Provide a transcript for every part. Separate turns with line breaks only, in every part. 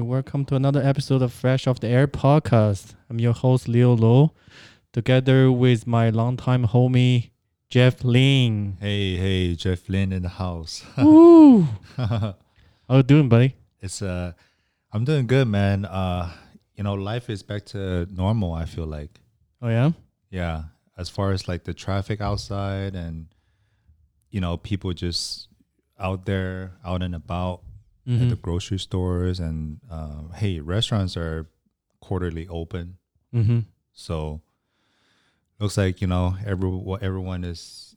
welcome to another episode of Fresh Off the Air podcast. I'm your host, Leo Lo, together with my longtime homie, Jeff Lin.
Hey, hey, Jeff Lin in the house.
Woo! How you doing, buddy?
it's uh, I'm doing good, man. Uh, you know, life is back to normal. I feel like,
Oh, yeah?
yeah, as far as like the traffic outside and you know people just out there, out and about
Mm-hmm.
at the grocery stores and um, hey, restaurants are quarterly open,
Mm-hmm.
so looks like you know every wha- everyone is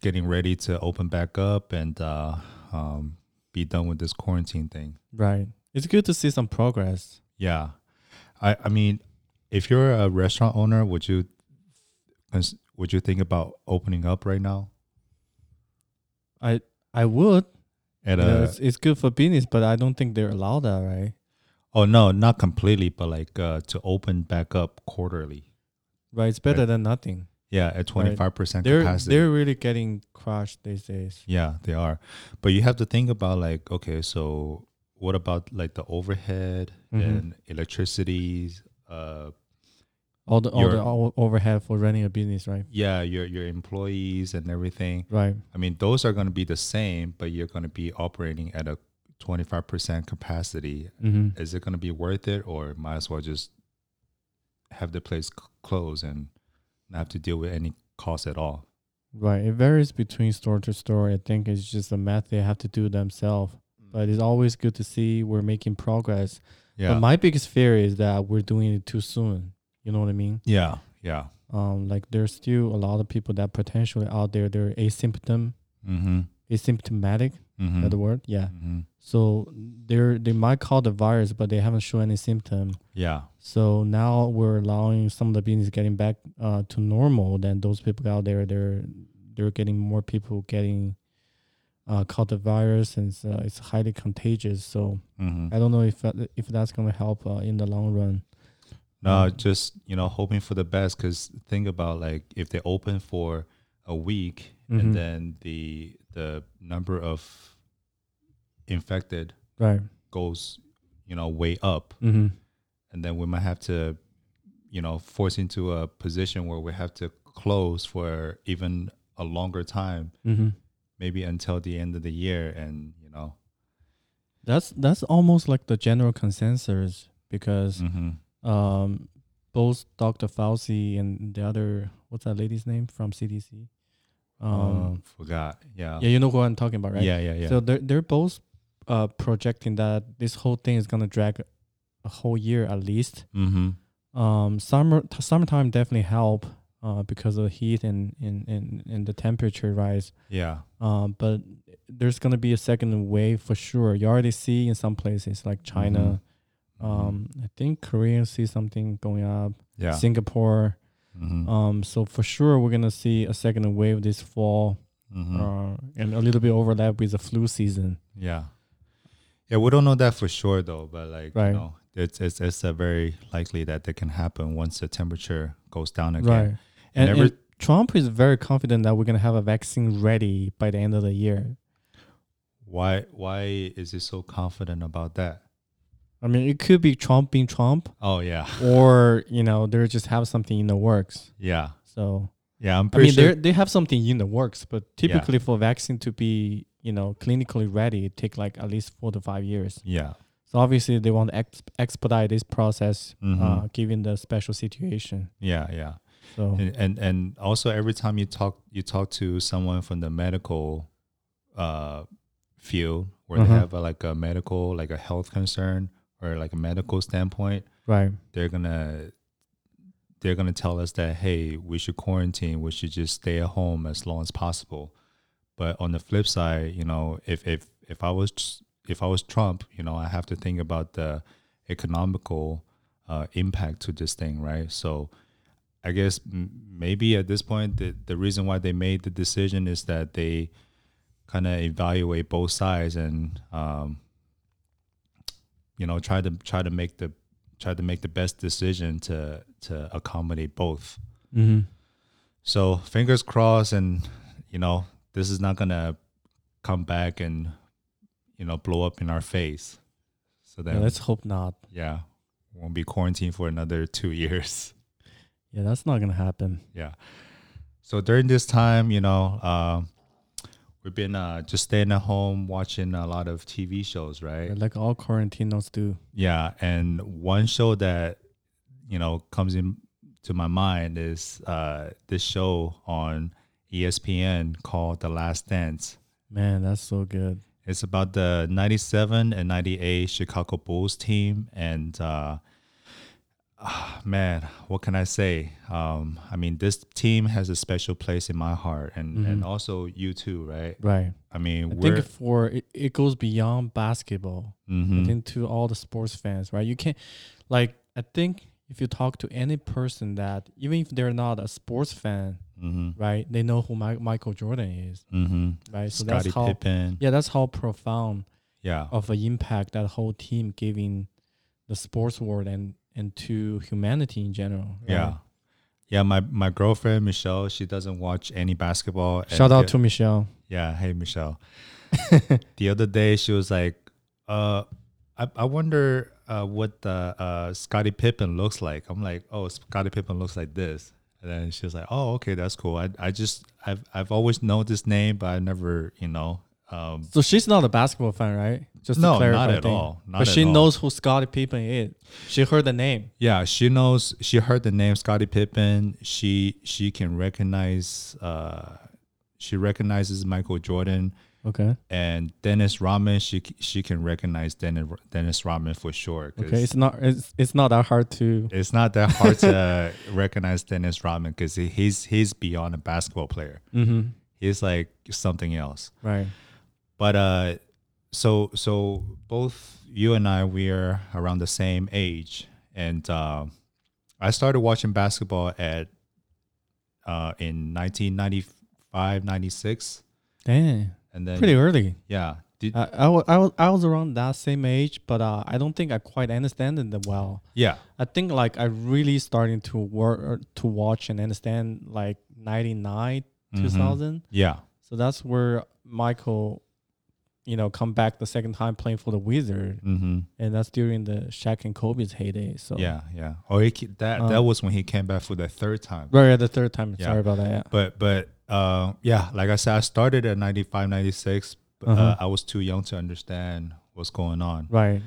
getting ready to open back up and uh, um, be done with this quarantine thing.
Right. It's good to see some progress.
Yeah, I I mean, if you're a restaurant owner, would you cons- would you think about opening up right now
I I would.
at
You know,
a?
it's, it's good for business, but I don't think they're allowed that, right?
Oh no, not completely, but like uh, to open back up quarterly.
Right. It's better
Right.
than nothing.
Yeah, at twenty five percent
They're
capacity.
they're really getting crushed these days.
yeah, they are, but you have to think about like okay, so what about like the overhead
Mhm.
and electricity? Uh,
All the all
You're-
the o- overhead for running a business, right?
yeah, your your employees and everything.
Right.
I mean, those are going to be the same, but you're going to be operating at a 25% capacity.
Mm-hmm.
Is it going to be worth it, or might as well just have the place c- close and not have to deal with any cost at all?
Right. It varies between store to store. I think it's just a math they have to do themselves. But it's always good to see we're making progress.
Yeah.
But my biggest fear is that we're doing it too soon. You know what I mean?
yeah. Yeah.
Um, like there's still a lot of people that potentially out there they're asymptom
Mm-hmm.
asymptomatic.
Mm-hmm.
That the word? Yeah.
hmm
So they're they might call the virus, but they haven't shown any symptom.
Yeah.
So now we're allowing some of the business getting back uh, to normal. Then those people out there, they're they're getting more people getting uh, caught the virus, and it's, uh, it's highly contagious. So
Mm-hmm.
I don't know if that- if that's gonna help uh, in the long run. Mm-hmm.
No, just, you know, hoping for the best because think about like if they open for a week
Mhm.
and then the the number of infected
Right.
goes, you know, way up,
Mm-hmm.
and then we might have to, you know, force into a position where we have to close for even a longer time,
Mm-hmm.
maybe until the end of the year, and you know,
That's that's almost like the general consensus because
mm-hmm.
um, both Dr. Fauci and the other what's that lady's name from CDC. Um,
forgot, yeah,
yeah, you know who I'm talking about, right?
yeah, yeah, yeah.
So they're they're both uh, projecting that this whole thing is gonna drag a whole year at least.
mm-hmm.
Um, summer t- summertime definitely help uh, because of the heat and and, and, and the temperature rise.
Yeah,
Um, but there's gonna be a second wave for sure. You already see in some places like China.
Mhm.
Um, I think Korea see something going up.
yeah,
Singapore.
mm-hmm.
Um, so for sure we're gonna see a second wave this fall,
hmm
uh, and a little bit overlap with the flu season.
yeah, yeah. We don't know that for sure though, but like,
Right.
you know, it's it's it's a very likely that that can happen once the temperature goes down again.
Right. And,
every-
and Trump is very confident that we're going to have a vaccine ready by the end of the year.
Why why is he so confident about that?
I mean, it could be Trump being Trump,
Oh yeah,
or, you know, they just have something in the works.
yeah,
So,
yeah. I'm
I mean,
pretty
they
sure.
they have something in the works, but typically for vaccine to be, you know, clinically ready, it take like at least four to five years.
Yeah,
So obviously they want to ex- expedite this process, uh,
Mhm.
given the special situation.
yeah, yeah.
So,
And, and and also every time you talk you talk to someone from the medical uh field where
Uh-huh.
they have a, like a medical like a health concern or like a medical standpoint,
right.
they're gonna they're gonna tell us that hey, we should quarantine, we should just stay at home as long as possible. But on the flip side, you know, if if if I was if I was Trump, you know, I have to think about the economical uh, impact to this thing, right? So, I guess m- maybe at this point, the the reason why they made the decision is that they kind of evaluate both sides and um, you know try to try to make the try to make the best decision to to accommodate both.
Mm-hmm.
So fingers crossed, and you know this is not gonna come back and you know blow up in our face. So
Yeah,
then,
let's hope not.
yeah, won't be quarantined for another two years.
Yeah, that's not gonna happen.
Yeah. So during this time, you know, um, we've been uh, just staying at home, watching a lot of TV shows, right?
Like all quarantinos do.
Yeah, and one show that you know comes in to my mind is uh, this show on E ESPN called The Last Dance.
Man, that's so good.
It's about the '97 and '98 Chicago Bulls team, and uh, ah, man, what can I say? Um, I mean, this team has a special place in my heart, and and also you too, right?
Right.
I mean,
Mm-hmm. I
we're
think for it, it goes beyond basketball.
Mhm.
I think to all the sports fans, right? You can like I think if you talk to any person that even if they're not a sports fan,
Mhm.
right, they know who Mi- Michael Jordan is,
Mhm.
right? So
Scottie
that's how
Pippen,
yeah, that's how profound
yeah,
of an impact that whole team giving the sports world and and to humanity in general. right?
Yeah. Yeah, my, my girlfriend Michelle, she doesn't watch any basketball. and
Shout
the-
out to Michelle.
Yeah, hey Michelle. the other day she was like, uh I, I wonder uh, what the uh Scottie Pippen looks like. I'm like, oh Scottie Pippen looks like this. And then she was like, Oh, okay, that's cool. I, I just I've I've always known this name, but I never, you know, um
So she's not a basketball fan, right? Just
No,
to clarify
not at
thing.
all. Not
but
at
she
all.
knows who Scottie Pippen is. She heard the name.
Yeah, she knows. She heard the name Scottie Pippen. She she can recognize. Uh, she recognizes Michael Jordan
Okay.
and Dennis Rodman. She c- she can recognize Dennis Dennis Rodman for sure. 'cause
Okay. It's not. It's it's not that hard to.
it's not that hard to recognize Dennis Rodman because he's he's beyond a basketball player.
Mm-hmm.
He's like something else.
Right.
But uh, so so both you and I we are around the same age, and uh, I started watching basketball at uh, in 1995, 96.
Damn.
and then
Pretty early.
yeah, did,
I, I, wa- I, wa- I was around that same age, but uh, I don't think I quite understand it that well.
yeah,
I think like I really starting to work to watch and understand like 99,
Mm-hmm.
2000.
yeah,
So that's where Michael, you know, come back the second time playing for the Wizard.
mm-hmm.
and that's during the Shaq and Kobe's heyday. So um,
yeah, yeah. Oh, he, ca- that that was when he came back for the third time.
right at the third time.
Yeah.
Sorry about that. Yeah.
But but uh, yeah, like I said, I started at 95, 96. But, uh,
Uh-huh.
I was too young to understand what's going on,
Right,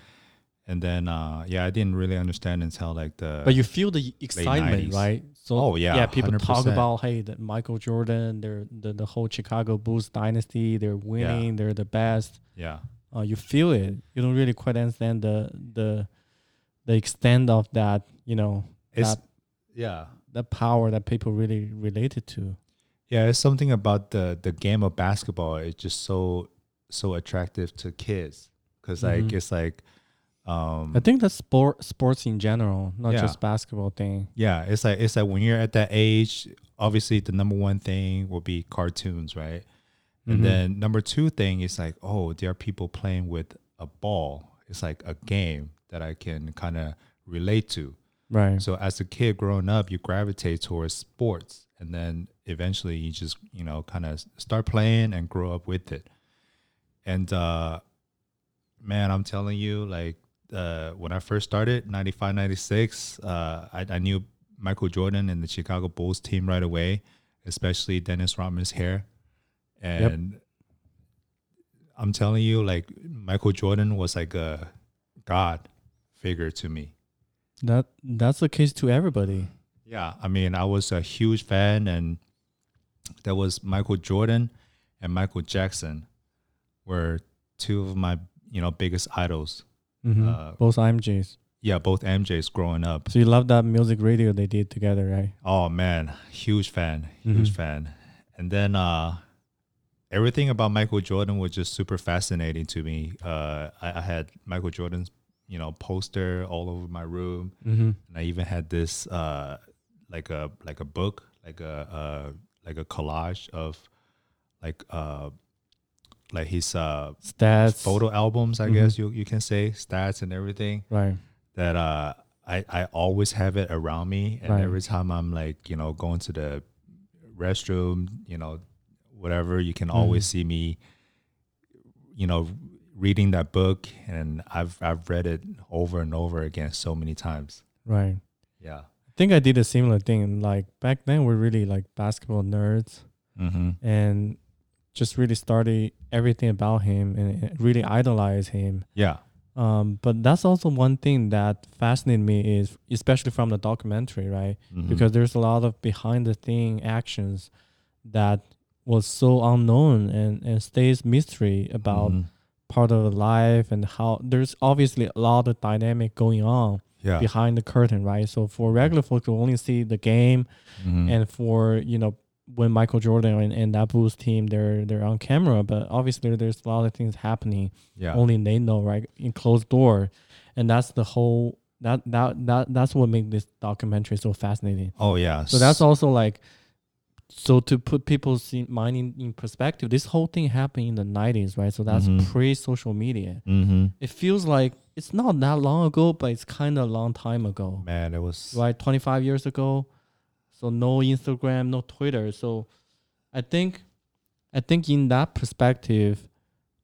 and then uh, yeah, I didn't really understand until like the
but you feel the excitement,
90s.
right? So
Uh, Oh, yeah,
yeah. People talk
100%.
about hey, the Michael Jordan, they're the, the whole Chicago Bulls dynasty. They're winning. They're the best.
yeah.
Uh, you feel it. You don't really quite understand the the the extent of that. You know
It's
that
yeah.
the power that people really related to.
Yeah, it's something about the the game of basketball. It's just so so attractive to kids because like
Mhm.
it's like um
I think that's sport sports in general, not
Yeah.
just basketball thing.
yeah, it's like it's like when you're at that age, obviously the number one thing will be cartoons, right? And then number two thing is like, oh, there are people playing with a ball. It's like a game that I can kind of relate to.
Right.
So as a kid growing up, you gravitate towards sports, and then eventually you just you know kind of start playing and grow up with it. And uh, man, I'm telling you, like uh, when I first started, 95, 96, uh, I, I knew Michael Jordan and the Chicago Bulls team right away, especially Dennis Rodman's hair, and I'm telling you, like Michael Jordan was like a god figure to me.
That that's the case to everybody.
Yeah, I mean, I was a huge fan, and that was Michael Jordan and Michael Jackson were two of my you know biggest idols.
Mm-hmm.
Uh,
Both IMGs.
Yeah, both MJs growing up.
So you love that music radio they did together, right?
Oh man, huge fan, huge
Mhm.
fan. And then uh, everything about Michael Jordan was just super fascinating to me. Uh, I, I had Michael Jordan's you know poster all over my room.
Mm-hmm.
and I even had this uh, like a like a book, like a uh, like a collage of like uh, like his uh,
Stats.
photo albums, I guess you you can say stats and everything
Right.
that uh, I I always have it around me, and
Right.
every time I'm like you know going to the restroom, you know whatever, you can always see me, you know reading that book, and I've I've read it over and over again so many times.
Right.
Yeah.
I think I did a similar thing. Like back then, we're really like basketball nerds
Mm-hmm.
and just really study everything about him and really idolize him.
Yeah.
Um, but that's also one thing that fascinated me is especially from the documentary, right?
Mhm.
Because there's a lot of behind the thing actions that was so unknown and, and stays mystery about
Mhm.
part of the life and how there's obviously a lot of dynamic going on
yeah. Mm-hmm.
behind the curtain, right? So for regular folks who only see the game
Mhm.
and for you know when Michael Jordan and, and that Bulls team they're they're on camera, but obviously there's a lot of things happening
yeah.
only they know, right? In closed door, and that's the whole that that that that's what makes this documentary so fascinating.
oh yeah.
So that's also like so to put people's in- mind in, in perspective, this whole thing happened in the nineties, right? So that's
Mhm.
pre social media.
Mm-hmm.
It feels like it's not that long ago, but it's kind of a long time ago
Man, it was.
right 25 years ago so no instagram no twitter so i think i think in that perspective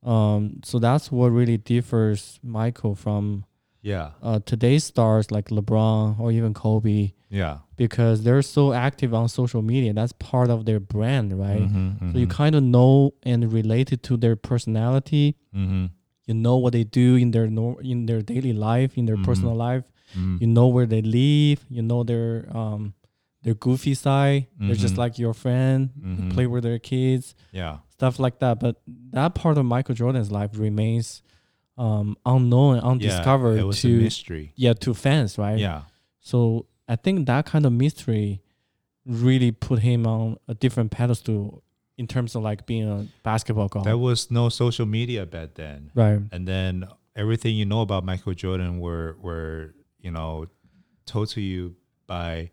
um so that's what really differs michael from
Yeah.
uh today's stars like lebron or even kobe
Yeah.
because they're so active on social media that's part of their brand right
Mm-hmm.
so you kind of know and relate it to their personality
Mm-hmm.
you know what they do in their nor- in their daily life in their
Mhm.
personal life
Mm-hmm.
you know where they live you know their um their goofy side they're just
Mhm.
like your friend you
Mhm.
play with their kids
Yeah.
stuff like that but that part of michael jordan's life remains um unknown undiscovered
Yeah, it was a
to
mystery.
yeah to fans right
Yeah.
so i think that kind of mystery really put him on a different pedestal in terms of like being a basketball god
There was no social media back then.
right
and then everything you know about Michael Jordan were were you know told to you by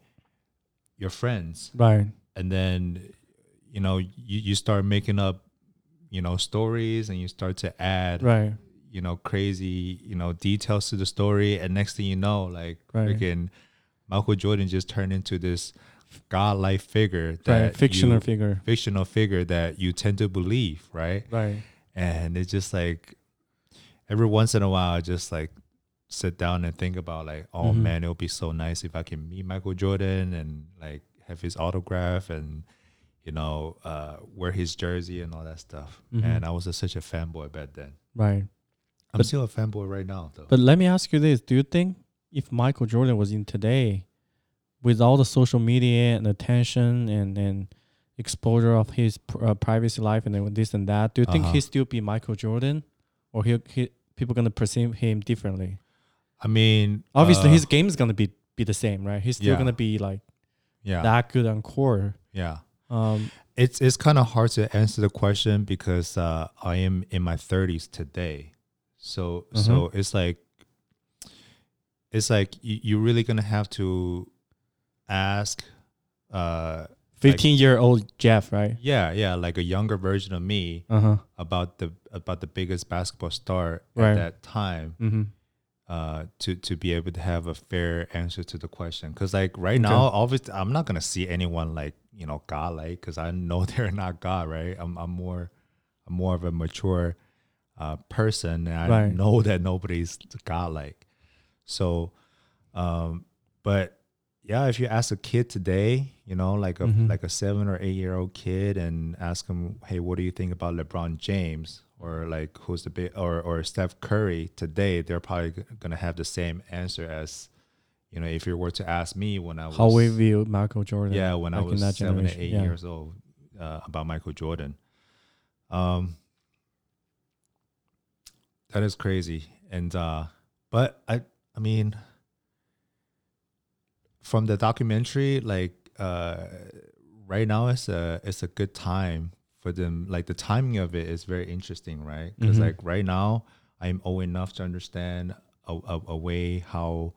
your friends,
right
and then you know you, you start making up you know stories and you start to add
right
you know crazy you know details to the story, and next thing you know, like
Right.
freaking Michael Jordan just turned into this godlike figure that
right fictional
you-
figure
fictional figure that you tend to believe, right?
right
and it's just like every once in a while I just like sit down and think about like oh
Mhm.
man it would be so nice if I can meet Michael Jordan and like have his autograph and you know uh wear his jersey and all that stuff
Mhm.
and I was a, such a fanboy back then
right
I'm
But-
still a fanboy right now though
But let me ask you this: Do you think if Michael Jordan was in today, with all the social media and attention and and exposure of his pr- uh, privacy life and then with this and that, do you think
Uh-huh.
he still be Michael Jordan, or he he people gonna perceive him differently?
I mean
Obviously,
uh,
his game is gonna be be the same, right? He's still
Yeah.
gonna be like
yeah
that good on core.
yeah
Um,
it's it's kind of hard to answer the question because uh, I am in my 30s today, so
Mm-hmm.
so it's like it's like you, you're really gonna have to ask, uh,
fifteen year old Jeff, right?
yeah, yeah, like a younger version of me
Uh huh.
about the about the biggest basketball star
Right.
at that time
Mm-hmm.
uh, to to be able to have a fair answer to the question. Because like right
Okay.
now, obviously, I'm not gonna see anyone like you know God like because I know they're not God, right? I'm I'm more I'm more of a mature uh, person, and I
Right.
know that nobody's God like. So, um, but yeah, if you ask a kid today, you know, like a
Mhm.
like a seven or eight year old kid, and ask him, hey, what do you think about LeBron James or like who's the big or or Steph Curry today? They're probably g- gonna have the same answer as you know if you were to ask me when I was
How we view Michael Jordan?
yeah when
back
I
in
was
that
seven or
generation,
eight
yeah.
years old uh, about Michael Jordan. Um, that is crazy, and uh, but I I mean from the documentary, like uh, right now, it's a it's a good time for them. Like the timing of it is very interesting, right? Because
Mhm.
like right now, I'm old enough to understand a, a, a way how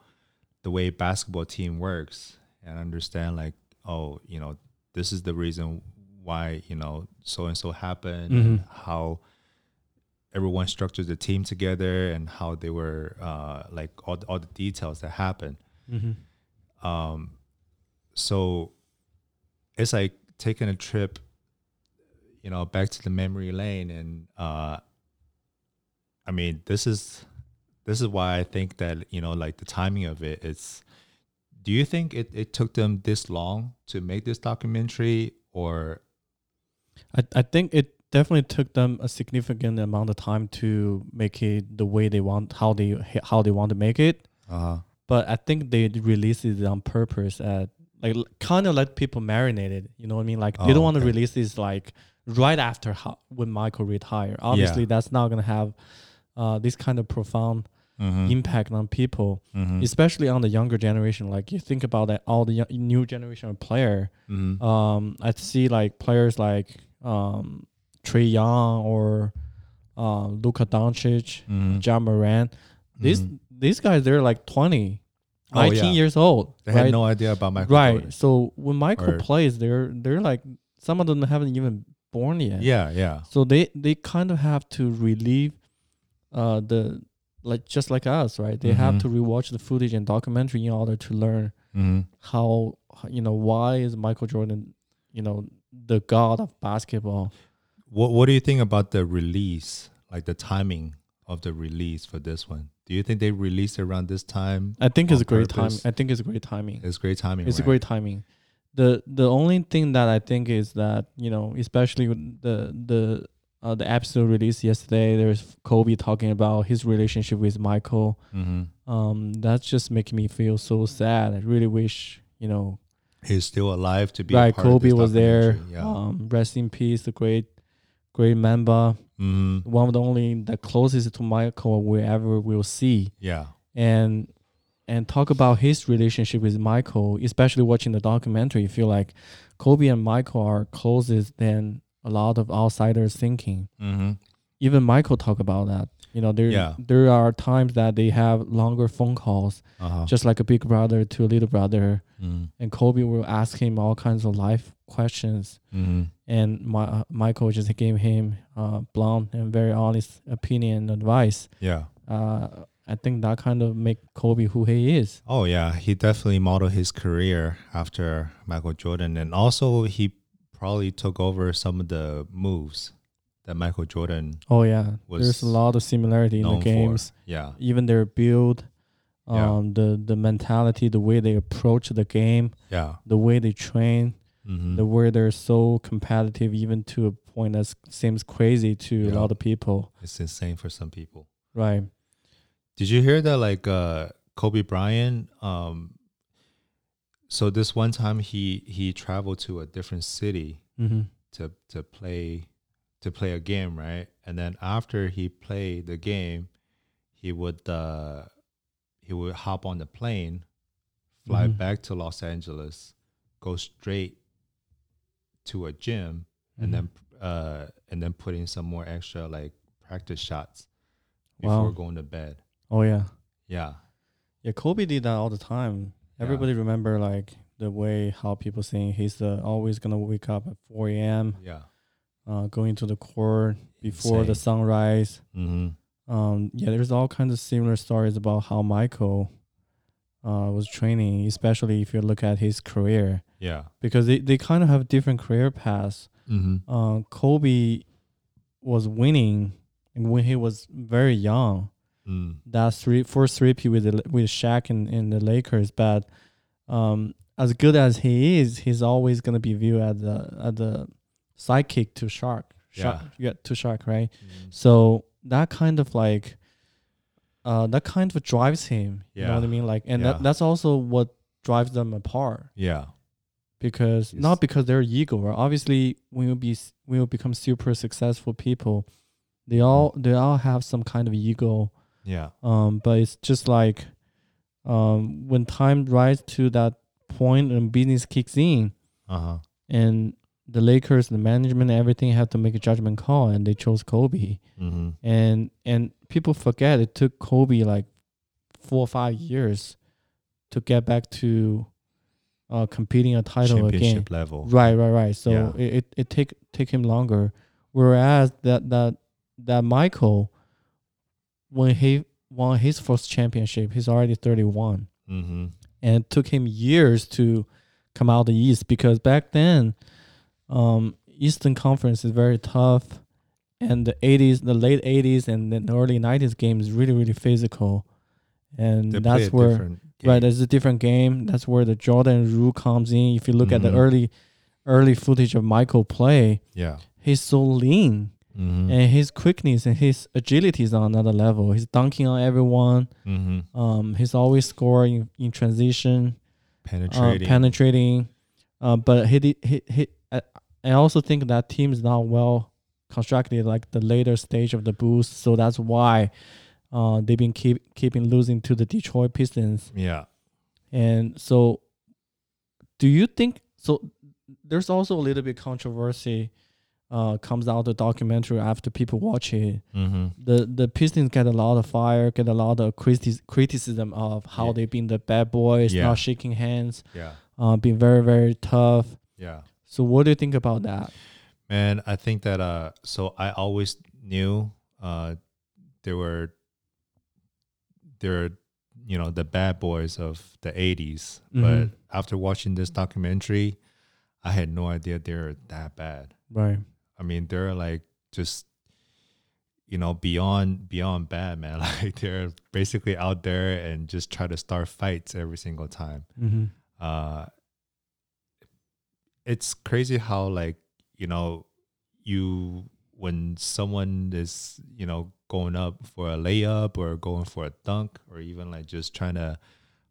the way basketball team works and understand like oh you know this is the reason why you know so and so happened and how everyone structured the team together and how they were uh, like all, the- all the details that happened
Mm-hmm.
um, so it's like taking a trip, you know, back to the memory lane, and uh, I mean, this is this is why I think that you know, like the timing of it. It's do you think it, it took them this long to make this documentary, or
I, I think it definitely took them a significant amount of time to make it the way they want how they how they want to make it
uh,
but i think they released it on purpose at like kind of let people marinate it you know what i mean like they
Oh,
don't want to
okay.
release this like right after how, when michael retired obviously that's not going to have uh, this kind of profound
mhm,
impact on people
mhm,
especially on the younger generation like you think about that all the yo- new generation of player
mhm,
um, I see like players like um, Trey Young or uh, Luka Doncic,
mhm.
John Moran. These
Mhm.
these guys they're like 20, 19
Oh, yeah.
years old,
They
right?
had no idea about Michael.
right.
Jordan.
So when Michael
Or-
plays, they're they're like some of them haven't even born yet.
Yeah, yeah.
So they they kind of have to relieve uh, the like just like us, right? They have
Mhm.
to rewatch the footage and documentary in order to learn
hmm
how you know why is Michael Jordan you know the god of basketball?
What What do you think about the release, like the timing of the release for this one? Do you think they released around this time?
I think it's
On
a great
purpose.
time. I think it's a great timing.
It's great timing.
It's a
right?
great timing. The the only thing that I think is that you know especially with the the uh, the episode released yesterday. There's Kobe talking about his relationship with Michael.
Mhm.
Um, that's just making me feel so sad. I really wish you know
He's still alive to be. a
right
part of
Kobe
this
was there.
documentary, Yeah.
Um, rest in peace, the great great member.
Mhm.
one of the only the closest to Michael we ever will see,
Yeah.
and and talk about his relationship with Michael, especially watching the documentary. You feel like Kobe and Michael are closest than a lot of outsiders thinking.
hmm
Even Michael talk about that. You know, there
Yeah.
there are times that they have longer phone calls,
Uh-huh.
just like a big brother to a little brother,
mm
and Kobe will ask him all kinds of life questions
Mhm.
and my uh, Michael just gave him uh, blunt and very honest opinion and advice.
Yeah.
Uh, I think that kind of make Kobe who he is.
Oh yeah, he definitely modeled his career after Michael Jordan, and also he probably took over some of the moves that Michael Jordan
Oh yeah,
Was
there's a lot of similarity in the
known
games,
for. Yeah.
even their build,
Yeah.
um, the the mentality, the way they approach the game,
Yeah.
the way they train,
hmm
the way they're so competitive, even to a point that seems crazy to a
Yeah.
lot of people.
It's insane for some people.
Right?
Did you hear that like uh Kobe Bryant um so this one time he he traveled to a different city
hmm
to to play to play a game, right? And then after he played the game, he would uh he would hop on the plane, fly
Mhm.
back to Los Angeles, go straight to a gym and
Mm-hmm.
then uh and then put in some more extra like practice shots before
Wow.
going to bed.
oh yeah.
Yeah.
Yeah, Kobe did that all the time.
Yeah.
Everybody remember like the way how people saying he's the always gonna wake up at 4 a.m.
Yeah.
Uh, going to the court before the
Insane.
sunrise.
Mm-hmm.
Um, yeah, there's all kinds of similar stories about how Michael uh, was training, especially if you look at his career,
Yeah.
because they, they kind of have different career paths.
Mm-hmm.
Uh, Kobe was winning when he was very young
Mm.
that three first three P with the, with Shaq and, and the Lakers, but um, as good as he is, he's always gonna be viewed as the as the sidekick to Shark. Shark
Yeah.
yeah, to Shark, right? So that kind of like uh that kind of drives him. You know what I
Yeah.
mean? Like and
Yeah.
that, that's also what drives them apart
Yeah.
because
Yes.
not because they're ego. Right? Obviously, when you be s- when you become super successful people, they all
Mm-hmm.
they all have some kind of ego
Yeah.
um but it's just like um when time rises to that point and business kicks in
Uh
Uh-huh.
huh.
and the lakers the management everything have to make a judgment call and they chose kobe
Mm-hmm.
and and people forget it took kobe like four or five years to get back to uh competing a title again
Championship level.
Right, right, right. So
Yeah.
it, it, it take take him longer. Whereas that that that Michael, when he won his first championship, he's already thirty one,
Mm-hmm.
and it took him years to come out the East because back then, um, Eastern Conference is very tough, and the 80s, the late 80s and then early 90s game is really, really physical. And
They play
that's
a
where,
different
right,
game.
it's a different game. That's where the Jordan rule comes in. If you look at
Mhm.
the early, early footage of Michael play,
Yeah.
he's so lean
Mm-hmm.
and his quickness and his agility is on another level. He's dunking on everyone.
mm-hmm.
Um, he's always scoring in transition,
Penetrating.
Uh, penetrating. Uh, but he, did- he, he, I uh, I also think that team is not well constructed, like the later stage of the Bulls. So that's why uh, they've been keep, keeping losing to the Detroit Pistons.
yeah.
And so, do you think so? There's also a little bit controversy uh, comes out the documentary after people watch it.
Mm-hmm.
The the Pistons get a lot of fire, get a lot of criti- criticism of how
Yeah.
they've been the bad boys,
Yeah.
not shaking hands,
Yeah.
uh, being very very tough.
Yeah.
So what do you think about that?
Man, I think that uh so I always knew uh there were there were, you know the bad boys of the 80s but
Mhm.
after watching this documentary I had no idea they were that bad.
Right.
I mean they're like just you know beyond beyond bad man like they're basically out there and just try to start fights every single time
Mm-hmm.
uh, it's crazy how like you know you when someone is you know going up for a layup or going for a dunk or even like just trying to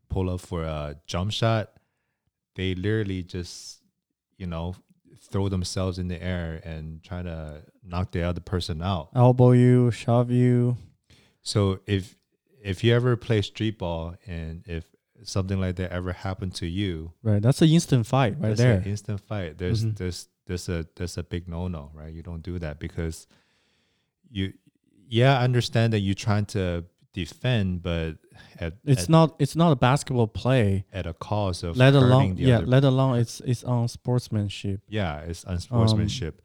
pull up for a jump shot they literally just you know throw themselves in the air and try to knock the other person out
Elbow you, shove you.
so if if you ever play street ball and if something like that ever happened to you
Right. That's an instant fight right
That's
there.
an instant fight. There's
Mhm.
there's there's a there's a big no no, right? You don't do that because you yeah, I understand that you're trying to defend, but at
it's
at,
not it's not a basketball play.
at a cost of
Let
hurting
alone
the
yeah,
other,
let alone it's it's on sportsmanship.
yeah, it's unsportsmanship.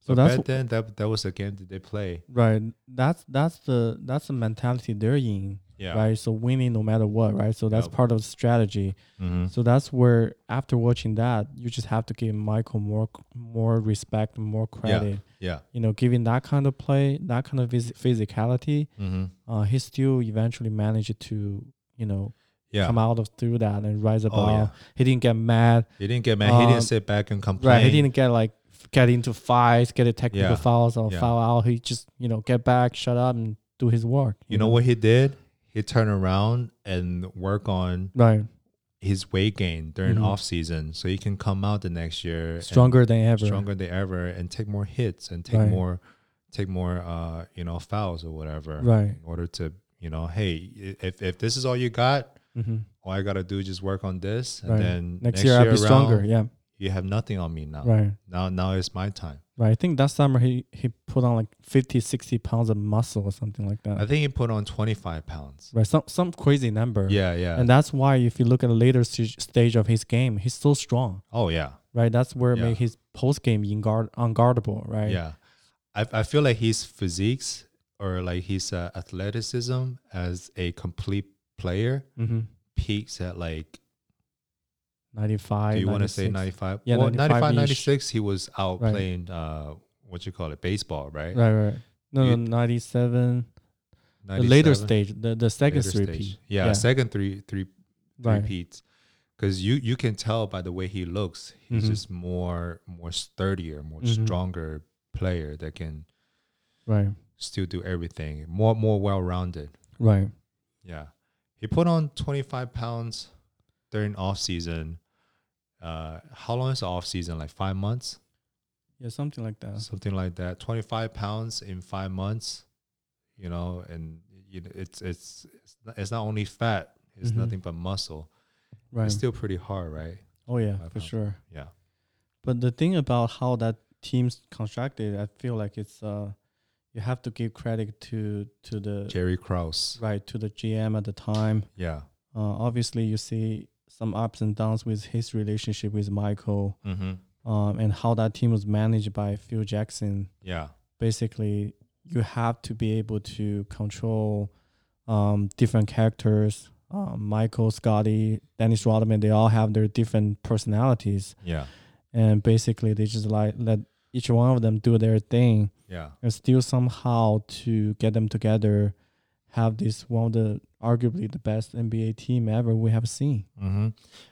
so
so
that's
back then that that was a game that they play.
Right. That's that's the that's the mentality they're in.
Yeah.
Right. So winning no matter what, right? So that's
Yep.
part of the strategy.
Mm-hmm.
So that's where after watching that, you just have to give Michael more more respect, more credit.
Yeah.
You know, giving that kind of play, that kind of phys- physicality,
Mm-hmm.
uh, he still eventually managed to, you know,
Yeah. Oh,
come out of through that and rise above.
yeah.
He didn't get mad.
He didn't get mad. he
Um,
didn't sit back and complain.
Right. He didn't get like f- get into fights, get a technical
Yeah.
fouls or
Yeah.
foul out. He just, you know, get back, shut up and do his work.
you know what he did? He turned around and work on
Right.
his weight gain during
Mhm.
off season, so he can come out the next year and-
Stronger than ever.
stronger than ever and take more hits and take
Right.
more take more uh you know fouls or whatever
Right.
in order to you know hey i- if if this is all you got
Mm-hmm.
all i gotta do is just work on this and
Right.
then
Next, year, I'll be stronger.
around, uh,
Yeah.
you have nothing on me now
Right.
now now it's my time
Right. I think that summer he, he put on like 50, 60 pounds of muscle or something like that.
i think he put on 25 pounds
right. Some some crazy number.
yeah yeah
And that's why if you look at the later st- stage of his game, he's so strong.
oh yeah
Right. That's where it
Yeah.
make his post game unguard unguardable. Right.
yeah I, I feel like his physiques or like his uh, athleticism as a complete player
Mm-hmm.
peaks at like
95.
Do you want to say
96.
95?
Yeah,
well,
95 -ish.
95, 96, he was out
Right.
playing, uh, what you call it, baseball, right?
Right, right. No,
You-
no, 97. The later
97,
stage, the, the second
later
3P.
stage. Yeah,
Yeah.
second three, three, three
Right.
peats. Because you, you can tell by the way he looks, he's
Mhm.
just more more sturdier, more
Mhm.
stronger player that can
Right,
still do everything, more more well rounded.
right.
Yeah, he put on twenty five pounds during off season. Uh, how long is the off season? Like five months.
Yeah, something like that.
something like that. Twenty five pounds in five months, you know, and you know, it's it's it's not- it's not only fat; it's
Mhm.
nothing but muscle.
Right.
It's still pretty hard, right?
oh, yeah,
I
for
found.
sure.
Yeah,
But the thing about how that team's constructed, I feel like it's, uh, you have to give credit to, to the,
Jerry Krause.
right, to the GM at the time.
Yeah.
Uh, obviously, you see some ups and downs with his relationship with Michael
Mm-hmm.
um, and how that team was managed by Phil Jackson.
Yeah.
basically you have to be able to control um, different characters. Um, Michael, Scotty, Dennis Rodman, they all have their different personalities,
Yeah.
and basically they just like let each one of them do their thing
Yeah.
and still somehow to get them together, have this one of the arguably the best NBA team ever we have seen.
hmm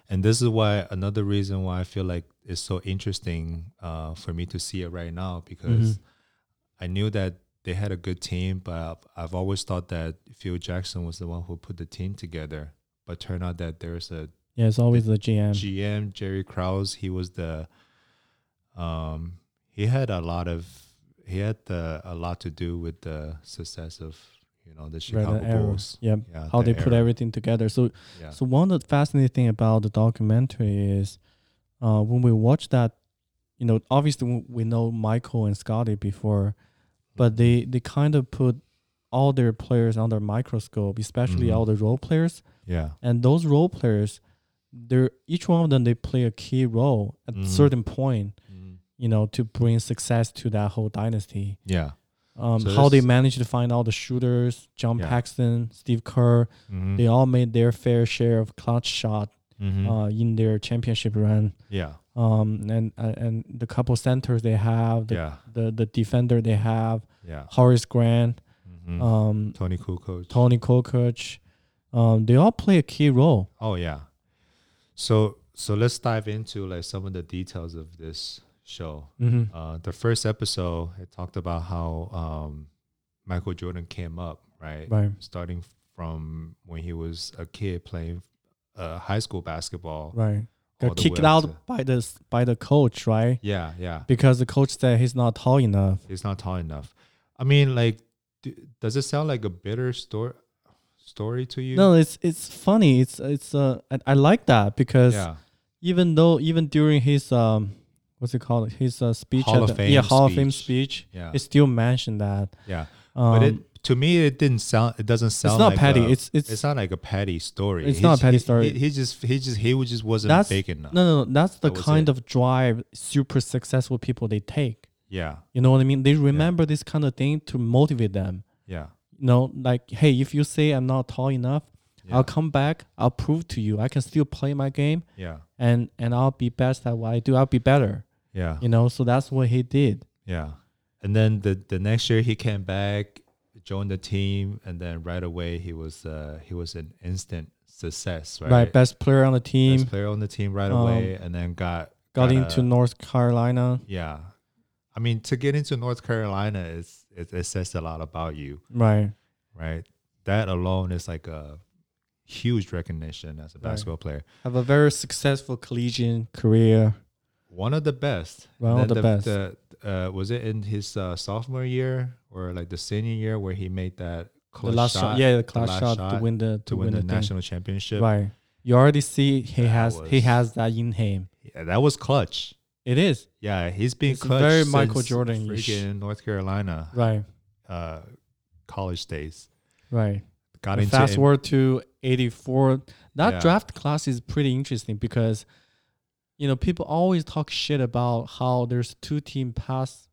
And this is why another reason why I feel like it's so interesting uh, for me to see it right now because
Mm-hmm.
I knew that they had a good team, but I've, I've always thought that Phil Jackson was the one who put the team together. But turned out that there's a
Yeah, it's always the GM.
GM Jerry Krause. He was the um he had a lot of he had the, a lot to do with the success of you know the
rather
Chicago
than error.
Bulls.
Yeah,
Yeah,
how
the
they put
era.
everything together. So
Yeah.
So one of the fascinating thing about the documentary is uh, when we watch that, you know, obviously we- we know Michael and Scotty before,
Mm-hmm.
but they they kind of put all their players under microscope, especially
Mhm.
all the role players.
yeah.
And those role players, they're each one of them they play a key role at
Mhm.
a certain point,
Mhm.
you know, to bring success to that whole dynasty.
Yeah.
Um,
So
how they
this-
managed to find all the shooters, John
Yeah.
Paxton, Steve Kerr,
Mhm.
they all made their fair share of clutch shot
Mhm.
uh, in their championship run.
yeah.
Um, and uh, and the couple centers they have, the,
Yeah.
the the defender they have,
Yeah.
Horace Grant,
Mhm.
um,
Tony Kukoc.
Tony Kukoc, um, they all play a key role.
oh yeah. So so let's dive into like some of the details of this show.
hmm
Uh, the first episode it talked about how um, Michael Jordan came up, right?
Right.
starting from when he was a kid playing uh, high school basketball.
Right.
all
Got
the
kicked
way up
out
to-
by the s- by the coach, right?
Yeah, yeah.
Because the coach said he's not tall enough.
He's not tall enough. I mean, like, d- does it sound like a bitter story story to you?
No, it's it's funny. It's it's uh, I, I like that because
Yeah.
even though even during his um what's it called his uh, speech
Hall
at
of
the- yeah
Fame
hall of fame
speech.
speech
Yeah.
it still mentioned that
Yeah.
um,
but it to me it didn't sound it doesn't sound
not
like uh,
petty,
a-
it's- it's-
not like a petty story.
it's not a petty
he-
story.
He, he just he just he was- just wasn't
that's
big enough.
no no no, that's the
That was
kind
it.
of drive super successful people they take
Yeah.
you know what I mean they remember this kind of thing to motivate them
Yeah.
you know like hey if you say I'm not tall enough
Yeah.
I'll come back I'll prove to you I can still play my game
Yeah.
and and I'll be best at what I do I'll be better
Yeah.
you know so that's what he did
Yeah. And then the the next year he came back, joined the team, and then right away he was uh he was an instant success, right?
right, best player on the team
Best player on the team right
Um,
away, and then got
got
a-
into North Carolina
yeah. I mean, to get into North Carolina is it, it says a lot about you,
right
right? That alone is like a huge recognition as a
Right.
basketball player.
have a very successful collegiate career.
One of the best. And
One of
then
the best.
the, uh, was it in his uh, sophomore year or like the senior year where he made that
The
clutch
last shot, yeah, the clutch
last
shot, to win the to,
to win the national championship.
Right, you already see he
That
has he
was-
has that in him.
Yeah, that was clutch.
It is
Yeah, he's been
It's
clutch
very Michael
since
Jordan-ish.
freaking North Carolina
right,
uh, college days.
right.
Got
And
into
fast
M-
forward to eighty four. That
Yeah.
draft class is pretty interesting because, you know, people always talk shit about how there's two team past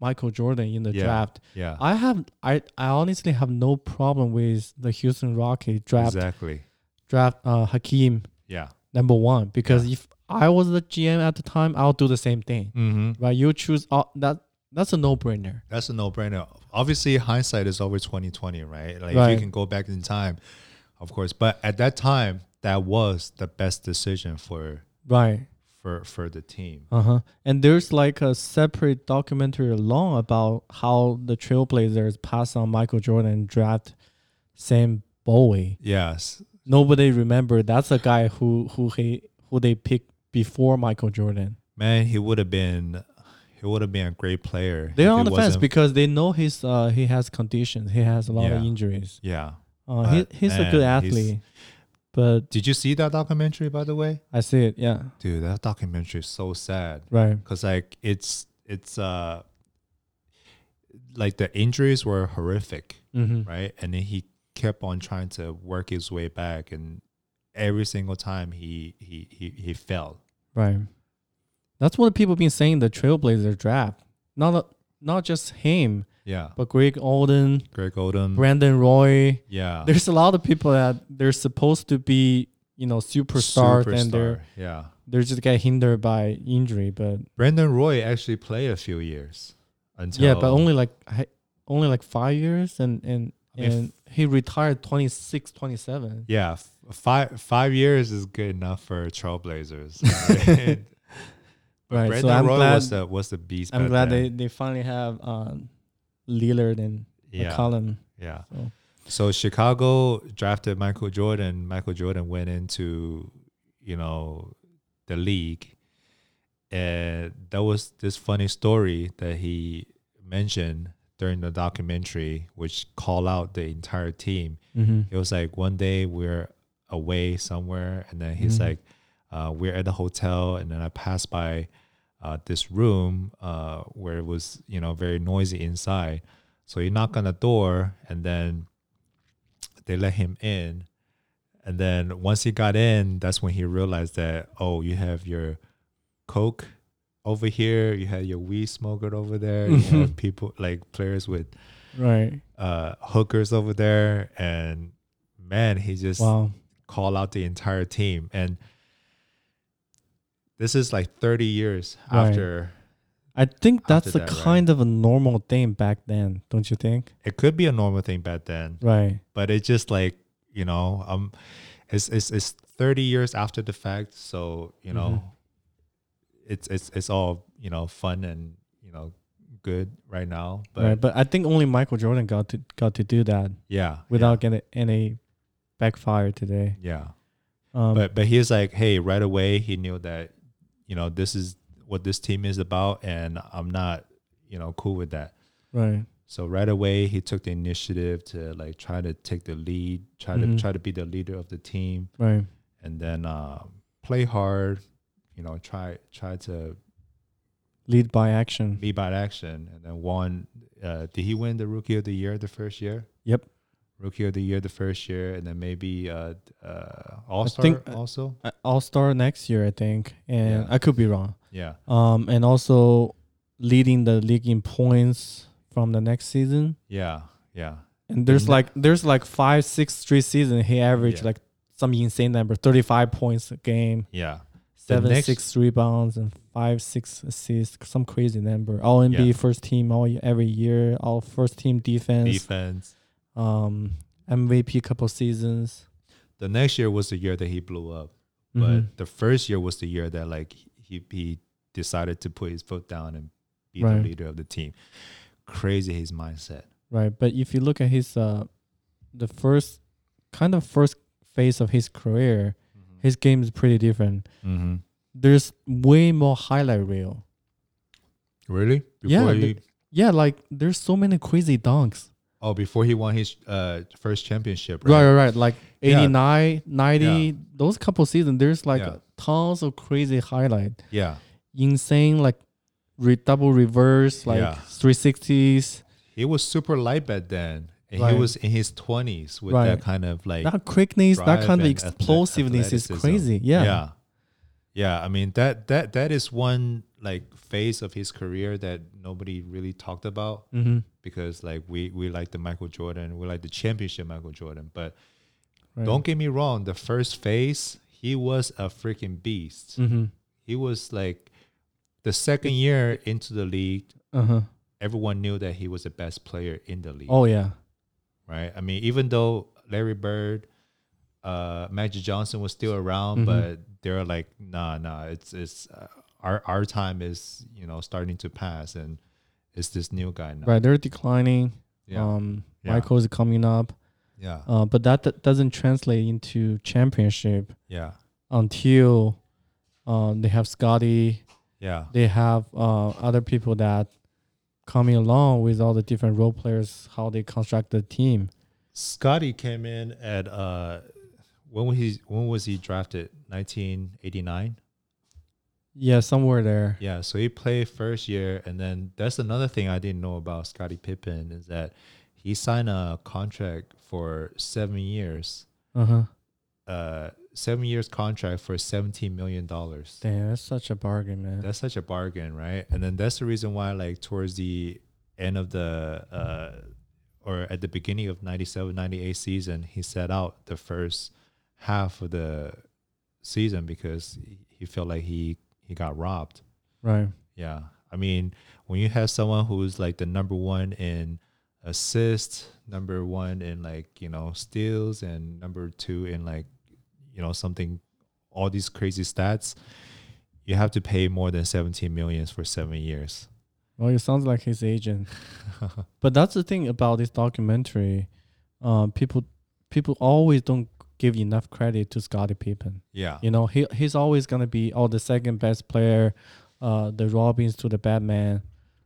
Michael Jordan in the
Yeah.
draft.
Yeah,
I have I I honestly have no problem with the Houston Rockets draft
exactly.
draft uh, Hakeem
Yeah.
number one because if I was the GM at the time, I'll do the same thing.
Mm-hmm.
Right? You choose all, that. That's a no-brainer.
That's a no-brainer. Obviously, hindsight is always twenty twenty, right? Like if
Right.
you can go back in time, of course. But at that time, that was the best decision for
Right.
for for the team.
Uh huh. And there's like a separate documentary alone about how the Trailblazers pass on Michael Jordan and draft Sam Bowie.
Yes.
Nobody remember that's a guy who who he who they picked before Michael Jordan.
Man, he would have been he would have been a great player.
They're
if
on
it
the fence
wasn't-
because they know his uh he has conditions. He has a lot of
Yeah.
injuries.
Yeah.
Uh, he,
But,
he's a good
man, he's-
athlete, but
Did you see that documentary, by the way?
I see it. Yeah.
Dude, that documentary is so sad.
Right.
Cause like it's it's uh like the injuries were horrific,
Mm-hmm.
right? And then he kept on trying to work his way back, and every single time he he he he fell.
Right. That's what people been saying the Trailblazer draft. Not not just him,
Yeah,
but Greg Alden,
Greg Odom.
Brandon Roy.
yeah,
There's a lot of people that they're supposed to be, you know, superstars, and they're
Superstar, yeah
They're just get hindered by injury, but
Brandon Roy actually played a few years until
yeah, but only like hi- only like five years, and and
I mean,
and he retired 26, 27.
yeah, f- five five years is good enough for Trailblazers. right? but
Right, so
Brandon
I'm
Roy
glad-
was the was the beast.
I'm
back
glad
then.
they, they finally have um, Lillard and
yeah
McCollum.
yeah.
So.
So Chicago drafted Michael Jordan. Michael Jordan went into, you know, the league. And that was this funny story that he mentioned during the documentary, which called out the entire team.
Mm-hmm.
It was like one day we're away somewhere, and then he's
Mhm.
like, uh, "We're at the hotel," and then I passed by uh, this room uh, where it was, you know, very noisy inside. So he knocked on the door, and then they let him in. And then once he got in, that's when he realized that oh, you have your coke over here, you had your weed smoker over there, you have people like players with
Right.
uh, hookers over there, and man, he just
Wow.
called out the entire team. And this is like 30 years
Right.
after.
I think
After
that's a
that, right?
kind of a normal thing back then, don't you think?
It could be a normal thing back then,
Right.
but it's just like you know, um, it's it's it's 30 years after the fact, so you know,
Mm-hmm.
it's it's it's all you know fun and you know good right now, but
right. But I think only Michael Jordan got to got to do that
yeah,
without getting any backfire today.
yeah. yeah.
Um,
but but he was like, hey, right away he knew that, you know, this is what this team is about, and I'm not, you know, cool with that.
right.
So right away he took the initiative to like try to take the lead, try
Mhm.
to try to be the leader of the team,
Right.
and then um, play hard, you know, try try to
Lead by action.
lead by action, and then won. Uh, did he win the Rookie of the Year the first year?
Yep.
Rookie of the Year the first year, and then maybe uh, uh, All Star
think-
also.
All Star Uh, next year, I think, and
Yeah.
I could be wrong.
Yeah,
Um, and also leading the league in points from the next season.
yeah, yeah.
And there's
And-
like there's like five, six straight season he averaged
Yeah.
like some insane number, thirty five points a game.
Yeah. The
seven
next-
six rebounds and five six assists some crazy number all nba
Yeah.
first team all y- every year all first team defense
defense.
um mvp couple seasons
The next year was the year that he blew up,
Mhm.
but the first year was the year that like he he decided to put his foot down and be
Right.
the leader of the team. Crazy his mindset.
right but if you look at his uh the first kind of first phase of his career his game is pretty different
Mm-hmm.
there's way more highlight reel
Really?
Yeah,
Before
the-
he,
yeah like there's so many crazy dunks
oh, before he won his uh, first championship,
Right,
right?
right, right. Like
Yeah.
89, 90,
Yeah.
those couple seasons, there's like
Yeah.
tons of crazy highlight.
Yeah,
Insane, like re- double reverse, like
Yeah.
360s.
he was super light back then, and
Right.
he was in his twenties with
Right.
that kind of like
That quickness, that
drive
kind of
and athle-
explosiveness is
athleticism.
crazy. Yeah.
yeah, Yeah, I mean that that that is one like phase of his career that nobody really talked about
Mm-hmm.
because like we we like the Michael Jordan, we like the championship Michael Jordan, but
Right.
don't get me wrong, the first phase he was a freaking beast.
Mm-hmm.
He was like the second year into the league,
Uh-huh.
everyone knew that he was the best player in the league
Oh, yeah.
right? I mean, even though Larry Bird, uh, Magic Johnson was still around,
Mhm.
but they're like, nah, nah, it's it's uh, our our time is you know starting to pass, and it's this new guy now.
Right. They're declining.
Yeah.
Um,
Yeah.
Michael's coming up.
Yeah.
Uh, but that, that doesn't translate into championship
yeah.
until um, they have Scotty,
Yeah.
they have uh, other people that coming along with all the different role players, how they construct the team.
Scotty came in at uh, when was he when was he drafted? Nineteen eighty nine.
Yeah, somewhere there.
Yeah, so he played first year, and then that's another thing I didn't know about Scottie Pippen is that he signed a contract for seven years.
Uh huh.
uh seven years contract for seventeen million dollars.
Damn, that's such a bargain, man.
That's such a bargain, right? And then that's the reason why, like towards the end of the uh or at the beginning of 97 98 season, he set out the first half of the season because he- he he felt like he he got robbed.
right.
Yeah. I mean, when you have someone who's like the number one in assists, number one in like, you know, steals, and number two in like, you know, something, all these crazy stats, you have to pay more than 17 millions for seven years.
Well, it sounds like his agent. but that's the thing about this documentary. Uh, people people always don't give enough credit to Scottie Pippen.
Yeah.
You know, he he's always gonna be oh the second best player, uh, the Robins to the Batman.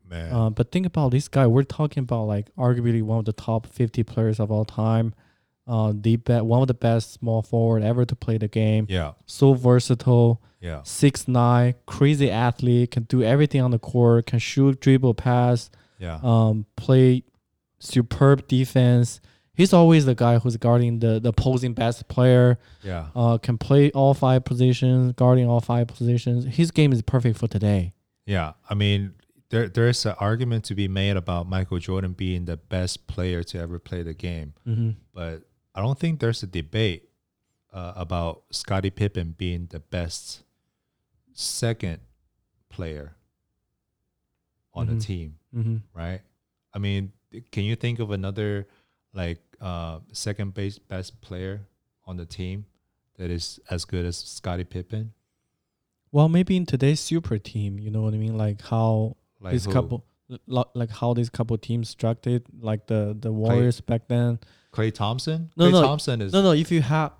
Man.
Uh, but think about this guy. We're talking about like arguably one of the top 50 players of all time, uh, the be- one of the best small forward ever to play the game.
yeah.
So versatile,
Yeah.
six nine, crazy athlete, can do everything on the court, can shoot, dribble, pass,
Yeah.
um, play superb defense. He's always the guy who's guarding the the opposing best player.
yeah.
Uh, can play all five positions, guarding all five positions. His game is perfect for today.
Yeah, I mean, there there is an argument to be made about Michael Jordan being the best player to ever play the game,
Mm-hmm.
but I don't think there's a debate uh, about Scottie Pippen being the best second player on
Mhm.
the team,
Mm-hmm.
right? I mean, can you think of another like uh, second base best player on the team that is as good as Scottie Pippen?
Well, maybe in today's super team, you know what I mean, like how
Like
this
who?
couple, lo- like how this couple teams structured, like the the Warriors back then.
Clay Thompson.
No,
Klay
no,
Thompson is
No, no. If you have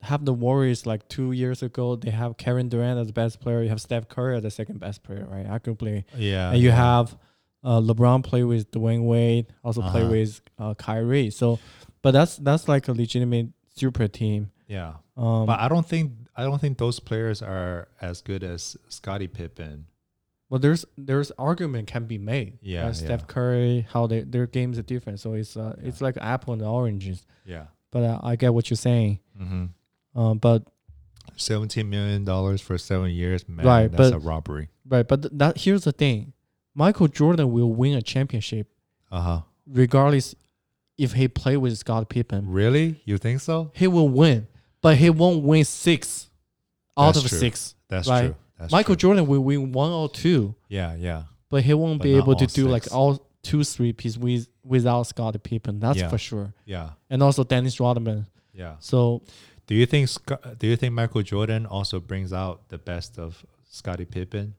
have the Warriors like two years ago, they have Kevin Durant as the best player. You have Steph Curry as the second best player, right? Arguably,
yeah,
and you
yeah.
have uh, LeBron play with Dwayne Wade, also play
Uh-huh.
with uh, Kyrie. So, but that's that's like a legitimate super team.
Yeah,
Um,
but I don't think I don't think those players are as good as Scottie Pippen.
Well, there's there's argument can be made.
Yeah,
right? Steph
yeah.
Curry, how they, their games are different. So it's uh, it's like apple and oranges.
Yeah,
But uh, I get what you're saying.
mm-hmm.
Um, but
seventeen million dollars for seven years, man,
Right,
that's
but-
a robbery.
right, but th- that here's the thing: Michael Jordan will win a championship
Uh huh.
regardless if he play with Scott Pippen.
Really? You think so?
He will win, but he won't win six out
That's
of
true.
six.
That's
Right.
true. That's
Michael
True.
Jordan will win one or two,
Yeah, yeah,
but he won't
But
be
not
able to
all
do like
six.
all two three piece with without Scott Pippen. That's
Yeah.
for sure.
yeah,
And also Dennis Rodman.
yeah.
So
Do you think Sc- Do you think Michael Jordan also brings out the best of Scottie Pippen?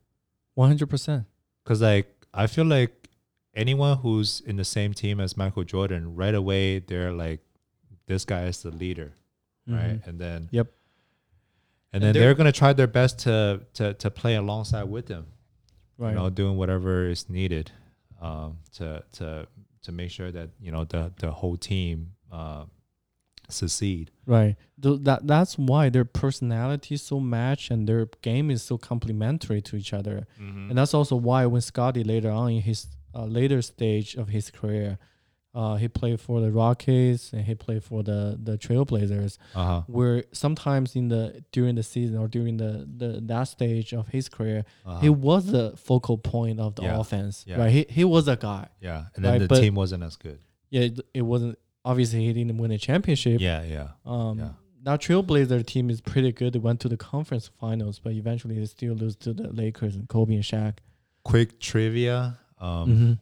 one hundred percent.
Because like I feel like anyone who's in the same team as Michael Jordan, right away they're like, this guy is the leader, right? And then
Mm-hmm. Yep.
and,
And
then
they're-
they're, gonna try their best to to to play alongside with them,
Right.
you know, doing whatever is needed, um, to to to make sure that you know the the whole team uh, succeed.
Right. Tho- that that's why their personalities so match and their game is so complementary to each other.
Mm-hmm.
And that's also why when Scotty later on in his uh, later stage of his career, uh, he played for the Rockies and he played for the the Trailblazers.
Uh huh.
Where sometimes in the during the season or during the, the that stage of his career,
Uh-huh.
he was the focal point of the
Yeah.
offense.
Yeah.
Right. He he was a guy.
Yeah, and then
Right,
the
but-
team wasn't as good.
yeah, it, it wasn't obviously he didn't win a championship.
Yeah, yeah,
um,
yeah.
that Trailblazer team is pretty good. They went to the conference finals, but eventually they still lose to the Lakers and Kobe and Shaq.
Quick trivia: um,
Mm-hmm.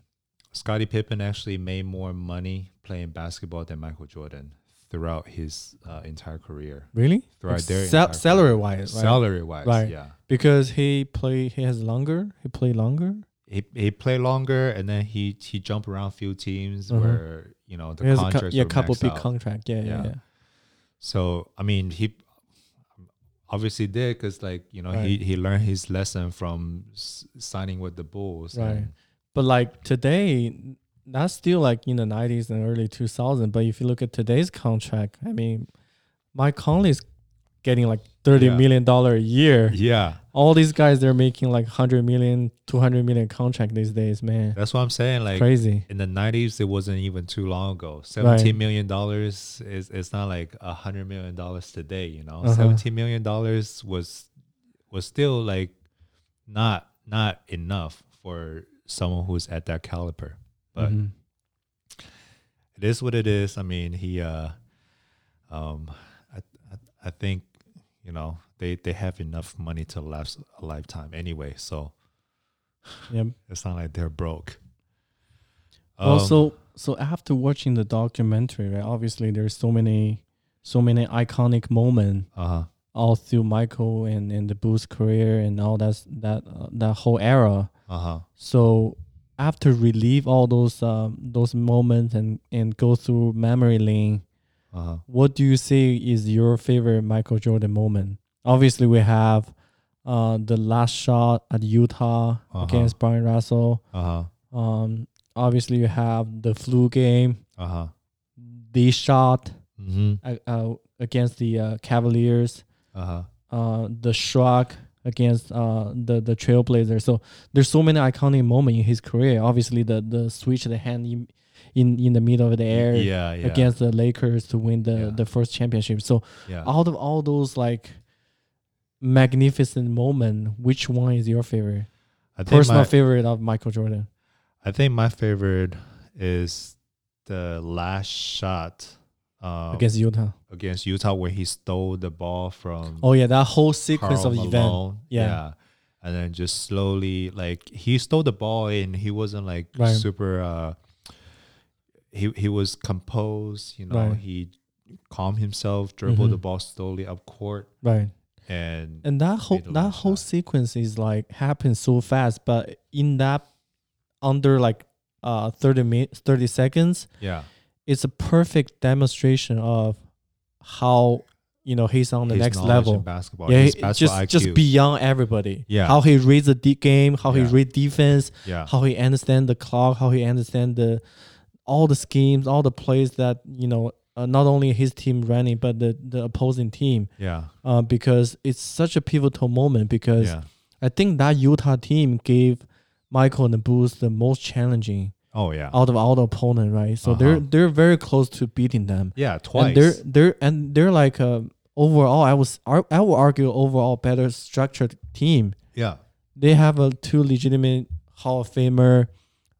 Scottie Pippen actually made more money playing basketball than Michael Jordan throughout his uh, entire career,
Really?
Right, they're impactful.
salary wise, right?
salary wise.
Right.
Yeah.
because he play he has longer. He play longer.
he he played longer and then he he jumped around few teams
Mhm.
where you know the
he has a cou-
contracts
yeah,
were
couple
maxed
big
out.
contract. Yeah, yeah,
Yeah.
yeah.
so I mean he obviously did because like you know he
Right.
he learned his lesson from s- signing with the Bulls
Right.
and-
But like today, that's still like in the nineties and early two thousand. But if you look at today's contract, I mean, Mike Conley's getting like thirty
Yeah.
million dollar a year.
yeah
all these guys they're making like 100 million 200 million contract these days man
that's what I'm saying like
crazy
in the nineties it wasn't even too long ago seventeen million dollars is it's not like a hundred million dollars today you know
Uh-huh.
seventeen million dollars was was still like not not enough for someone who's at that caliber but
Mhm.
it is what it is. I mean, he, uh, um, I, I, I think, you know, they they have enough money to last a lifetime anyway. So
Yep.
it's not like they're broke. Um,
also, so after watching the documentary, right? Obviously, there's so many, so many iconic moments
uh-huh.
all through Michael and and the Boo's career and all that's that uh, that whole era.
Uh-huh.
So after relive all those um, those moments and and go through memory lane,
Uh-huh.
what do you say is your favorite Michael Jordan moment? Obviously, we have uh, the last shot at Utah
Uh-huh.
against Brian Russell.
Uh-huh.
Um, obviously, you have the flu game,
Uh-huh.
the shot
Mm-hmm.
uh, uh, against the uh, Cavaliers,
Uh-huh.
uh, the shrug against uh, the the Trailblazers. So there's so many iconic moments in his career. Obviously, the the switch of the hand in in, in the middle of the air
Yeah, yeah.
against the Lakers to win the
Yeah.
the first championship. So
yeah.
out of all those like magnificent moment, which one is your favorite?
I think
Personal
my,
favorite of Michael Jordan.
I think my favorite is the last shot um,
against Utah.
against Utah where he stole the ball from
Oh yeah, that whole sequence
Karl
of event.
Malone.
Yeah.
And then just slowly like he stole the ball and he wasn't like
Right.
super uh he he was composed, you know,
Right.
he calmed himself, dribbled
Mhm.
the ball slowly up court
Right.
and
And that whole
Made a
that
last
whole
shot.
sequence is like happens so fast, but in that under like uh 30 minutes 30 seconds,
yeah,
it's a perfect demonstration of how you know he's on the
his
next
knowledge in
level.
basketball.
Yeah,
his
he-
basketball
just
IQ.
just beyond everybody.
Yeah.
How he reads the de- game, how
Yeah.
he read defense,
yeah.
how he understand the clock, how he understand the all the schemes, all the plays that you know uh, not only his team running but the the opposing team.
yeah.
Uh, because it's such a pivotal moment. Because
Yeah.
I think that Utah team gave Michael and the Bulls the most challenging
Oh yeah.
out of all the opponent, right? So they're
Uh-huh.
they're very close to beating them.
yeah, twice.
And they're they're and they're like uh, overall, I was ar- I would argue overall better structured team.
yeah.
They have a two legitimate Hall of Famer.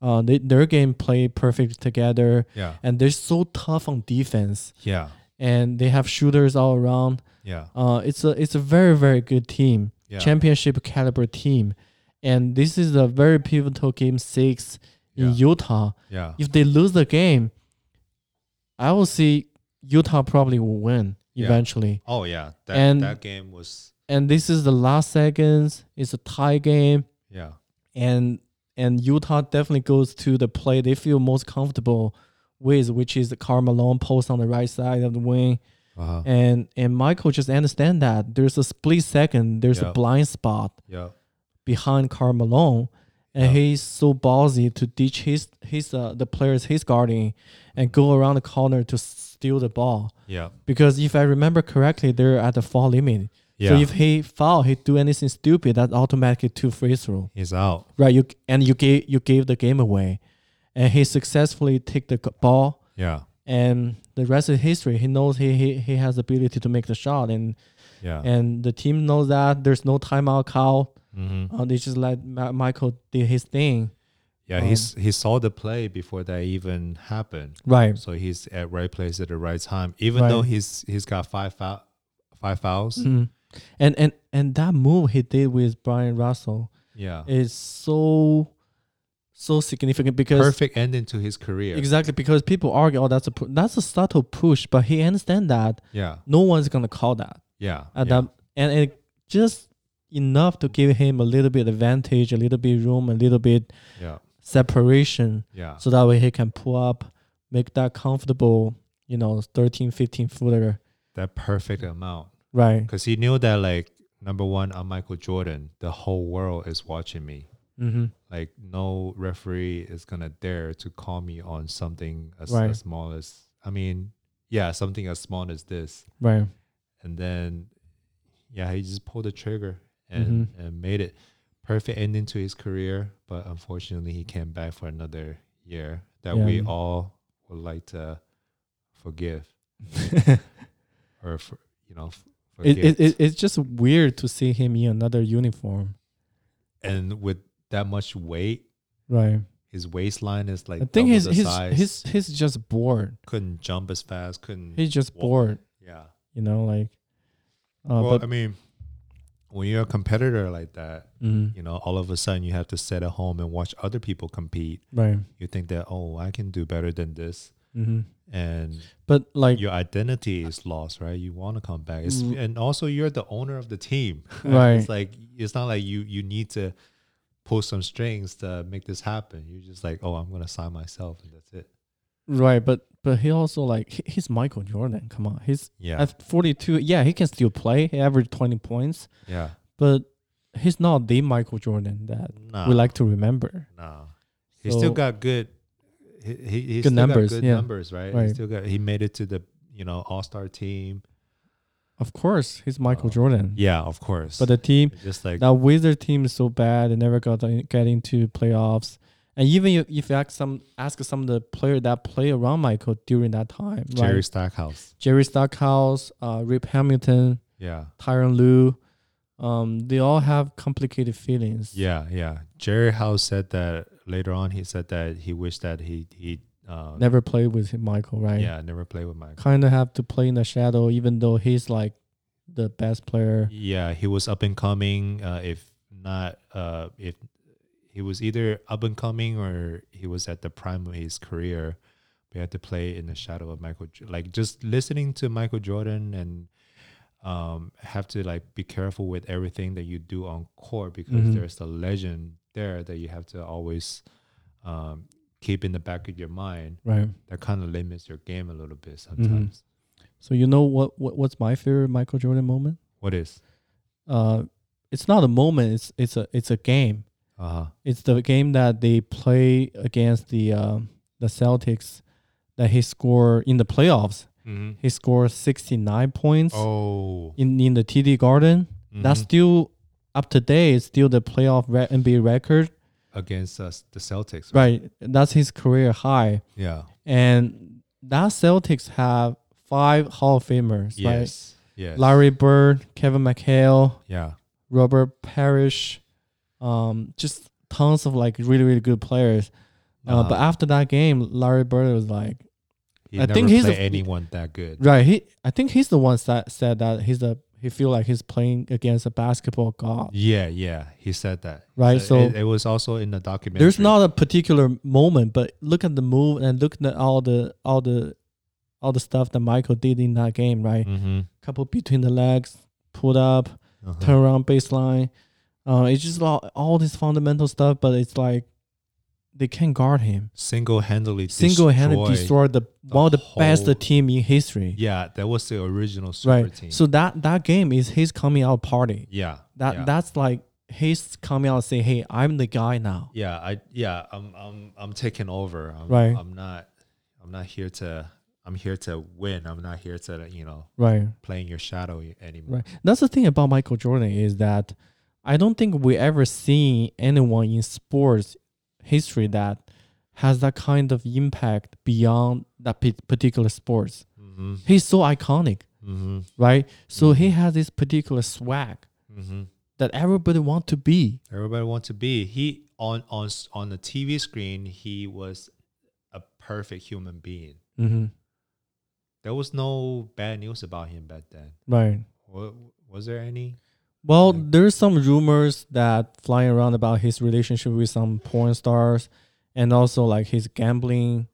Uh, they, their game play perfect together,
Yeah.
and they're so tough on defense,
Yeah.
and they have shooters all around.
Yeah.
Uh, it's a it's a very very good team,
Yeah.
championship caliber team, and this is a very pivotal game six in
Yeah.
Utah.
Yeah.
If they lose the game, I will see Utah probably will win
Yeah.
eventually.
Oh yeah. That
And-
that game was
And this is the last seconds. It's a tie game,
yeah.
and and Utah definitely goes to the play they feel most comfortable with, which is the Karl Malone post on the right side of the wing.
Uh-huh.
and and Michael just understand that there's a split second, there's
Yeah.
a blind spot
Yeah.
behind Carl Malone, and
Yeah.
he's so ballsy to ditch his his uh, the players he's guarding, and go around the corner to steal the ball.
Yeah.
Because if I remember correctly, they're at the foul limit. So
Yeah.
if he foul, he do anything stupid, that's automatically two free throw.
He's out.
Right. You and you gave you gave the game away, and he successfully take the c- ball
Yeah.
and the rest is history. He knows he he, he has the ability to make the shot, and
Yeah.
and the team knows that there's no timeout call.
hmm
Uh, they just let Ma- Michael do his thing.
Yeah,
Um,
he's he saw the play before that even happened.
Right.
So he's at right place at the right time. Even
Right. Mm-hmm.
though he's he's got five foul, five fouls.
And and and that move he did with Brian Russell
Yeah.
is so so significant because
Perfect ending to his career.
exactly because people argue, oh, that's a pu- that's a subtle push, but he understand that
Yeah.
no one's gonna call that.
Yeah.
at
yeah.
that and it just enough to give him a little bit advantage, a little bit room, a little bit
Yeah.
separation
Yeah.
so that way he can pull up, make that comfortable, you know, 13, 15 footer.
That perfect amount.
Right.
Because he knew that like number one, I'm Michael Jordan. The whole world is watching me.
Mm-hmm.
Like no referee is gonna dare to call me on something as,
Right.
as small as I mean, yeah, something as small as this.
Right.
and then yeah he just pulled the trigger and,
Mm-hmm.
and made it perfect ending to his career but unfortunately he came back for another year that we
Yeah.
all would like to forgive or for, you know f-
It,
forget
it, it, it's just weird to see him in another uniform.
and with that much weight
Right.
his waistline is like
I think he's
double the
he's,
size.
he's he's just bored.
couldn't jump as fast couldn't
He's just
Well,
bored,
yeah
you know, like uh,
well
but
i mean when you're a competitor like that,
Mm-hmm.
you know, all of a sudden you have to sit at home and watch other people compete.
Right.
You think that oh, I can do better than this,
Mm-hmm.
and
But like,
your identity is lost, right? You want to come back, it's,
Mm.
and also you're the owner of the team.
Right.
it's like it's not like you you need to pull some strings to make this happen. You're just like, oh, I'm gonna sign myself, and that's it.
right. But but he also like he, he's Michael Jordan. Come on, he's
Yeah,
at 42. Yeah, he can still play. He averaged 20 points,
yeah.
but he's not the Michael Jordan that
No,
we like to remember.
no. He still
So-
got good. He, he, he
Good
still
numbers,
got good
yeah.
numbers, right? He
Right.
still got. He made it to the you know All Star team.
Of course, he's Michael
Oh,
Jordan.
Yeah, of course.
But the team,
It's just like
that Wizard team is so bad. They never got in- get into playoffs. And even if- if you ask some ask some of the player that play around Michael during that time,
Jerry
right?
Stackhouse.
Jerry Stockhouse, uh, Rip Hamilton,
Yeah,
Tyron Lue, um, they all have complicated feelings.
yeah, yeah. Jerry House said that later on. He said that he wished that he he uh,
Never played with him, Michael, right?
yeah never played with Michael.
Kind of have to play in the shadow, even though he's like the best player.
Yeah, he was up and coming. Uh, if not, uh, if he was either up and coming or he was at the prime of his career, we had to play in the shadow of Michael. Jo- Like just listening to Michael Jordan and um, have to like be careful with everything that you do on court because
Mhm.
there's the legend there that you have to always um, keep in the back of your mind.
Right.
That kind of limits your game a little bit sometimes.
So you know what, what what's my favorite Michael Jordan moment?
What is?
Uh, it's not a moment. It's it's a it's a game.
Uh huh.
It's the game that they play against the um, the Celtics that he scored in the playoffs.
Mm-hmm.
He scored 69 points
Oh,
in, in the TD Garden. That's
mhm.
still up to date. It's still the playoff re- NBA record,
against us, the Celtics.
right? That's his career high.
Yeah.
And that Celtics have five Hall of Famers,
Yes. Yes.
right? Larry Bird, Kevin McHale,
Yeah.
Robert Parrish, um, just tons of like really really good players. Uh,
Uh-huh.
But after that game, Larry Bird was like,
He
I
never
think he's
played
a-
anyone that good.
right? He, I think he's the one that said that he's the he feel like he's playing against a basketball god.
Yeah. Yeah. He said that.
Right,
Uh,
so-
it, it was also in the documentary.
There's not a particular moment, but look at the move and look at all the all the all the stuff that Michael did in that game, right?
Mm-hmm.
Couple between the legs, pulled up,
Uh-huh.
turn around baseline. Uh, it's just all, all this fundamental stuff, but it's like they can't guard him.
Single-handedly.
Single-handed
destroy-
destroyed the, one of the
whole-
best team in history,
Yeah, that was the original super
right?
team.
So that that game is his coming out party.
yeah.
That
yeah.
that's like his coming out and say, "Hey, I'm the guy now."
Yeah. I. Yeah. I'm. I'm. I'm taking over. I'm,
Right.
I'm not. I'm not here to. I'm here to win. I'm not here to. You know,
Right.
playing your shadow anymore.
Right. That's the thing about Michael Jordan is that I don't think we ever seen anyone in sports history that has that kind of impact beyond that p- particular sports.
Mm-hmm.
He's so iconic,
Mm-hmm.
right? So he has this particular swag
Mm-hmm.
that everybody want to be.
Everybody wants to be. He on on s- on the TV screen, he was a perfect human being.
Mm-hmm.
There was no bad news about him back then.
Right.
Wa- Was there any?
Well,
Yeah.
there's some rumors that flying around about his relationship with some porn stars, and also like his gambling.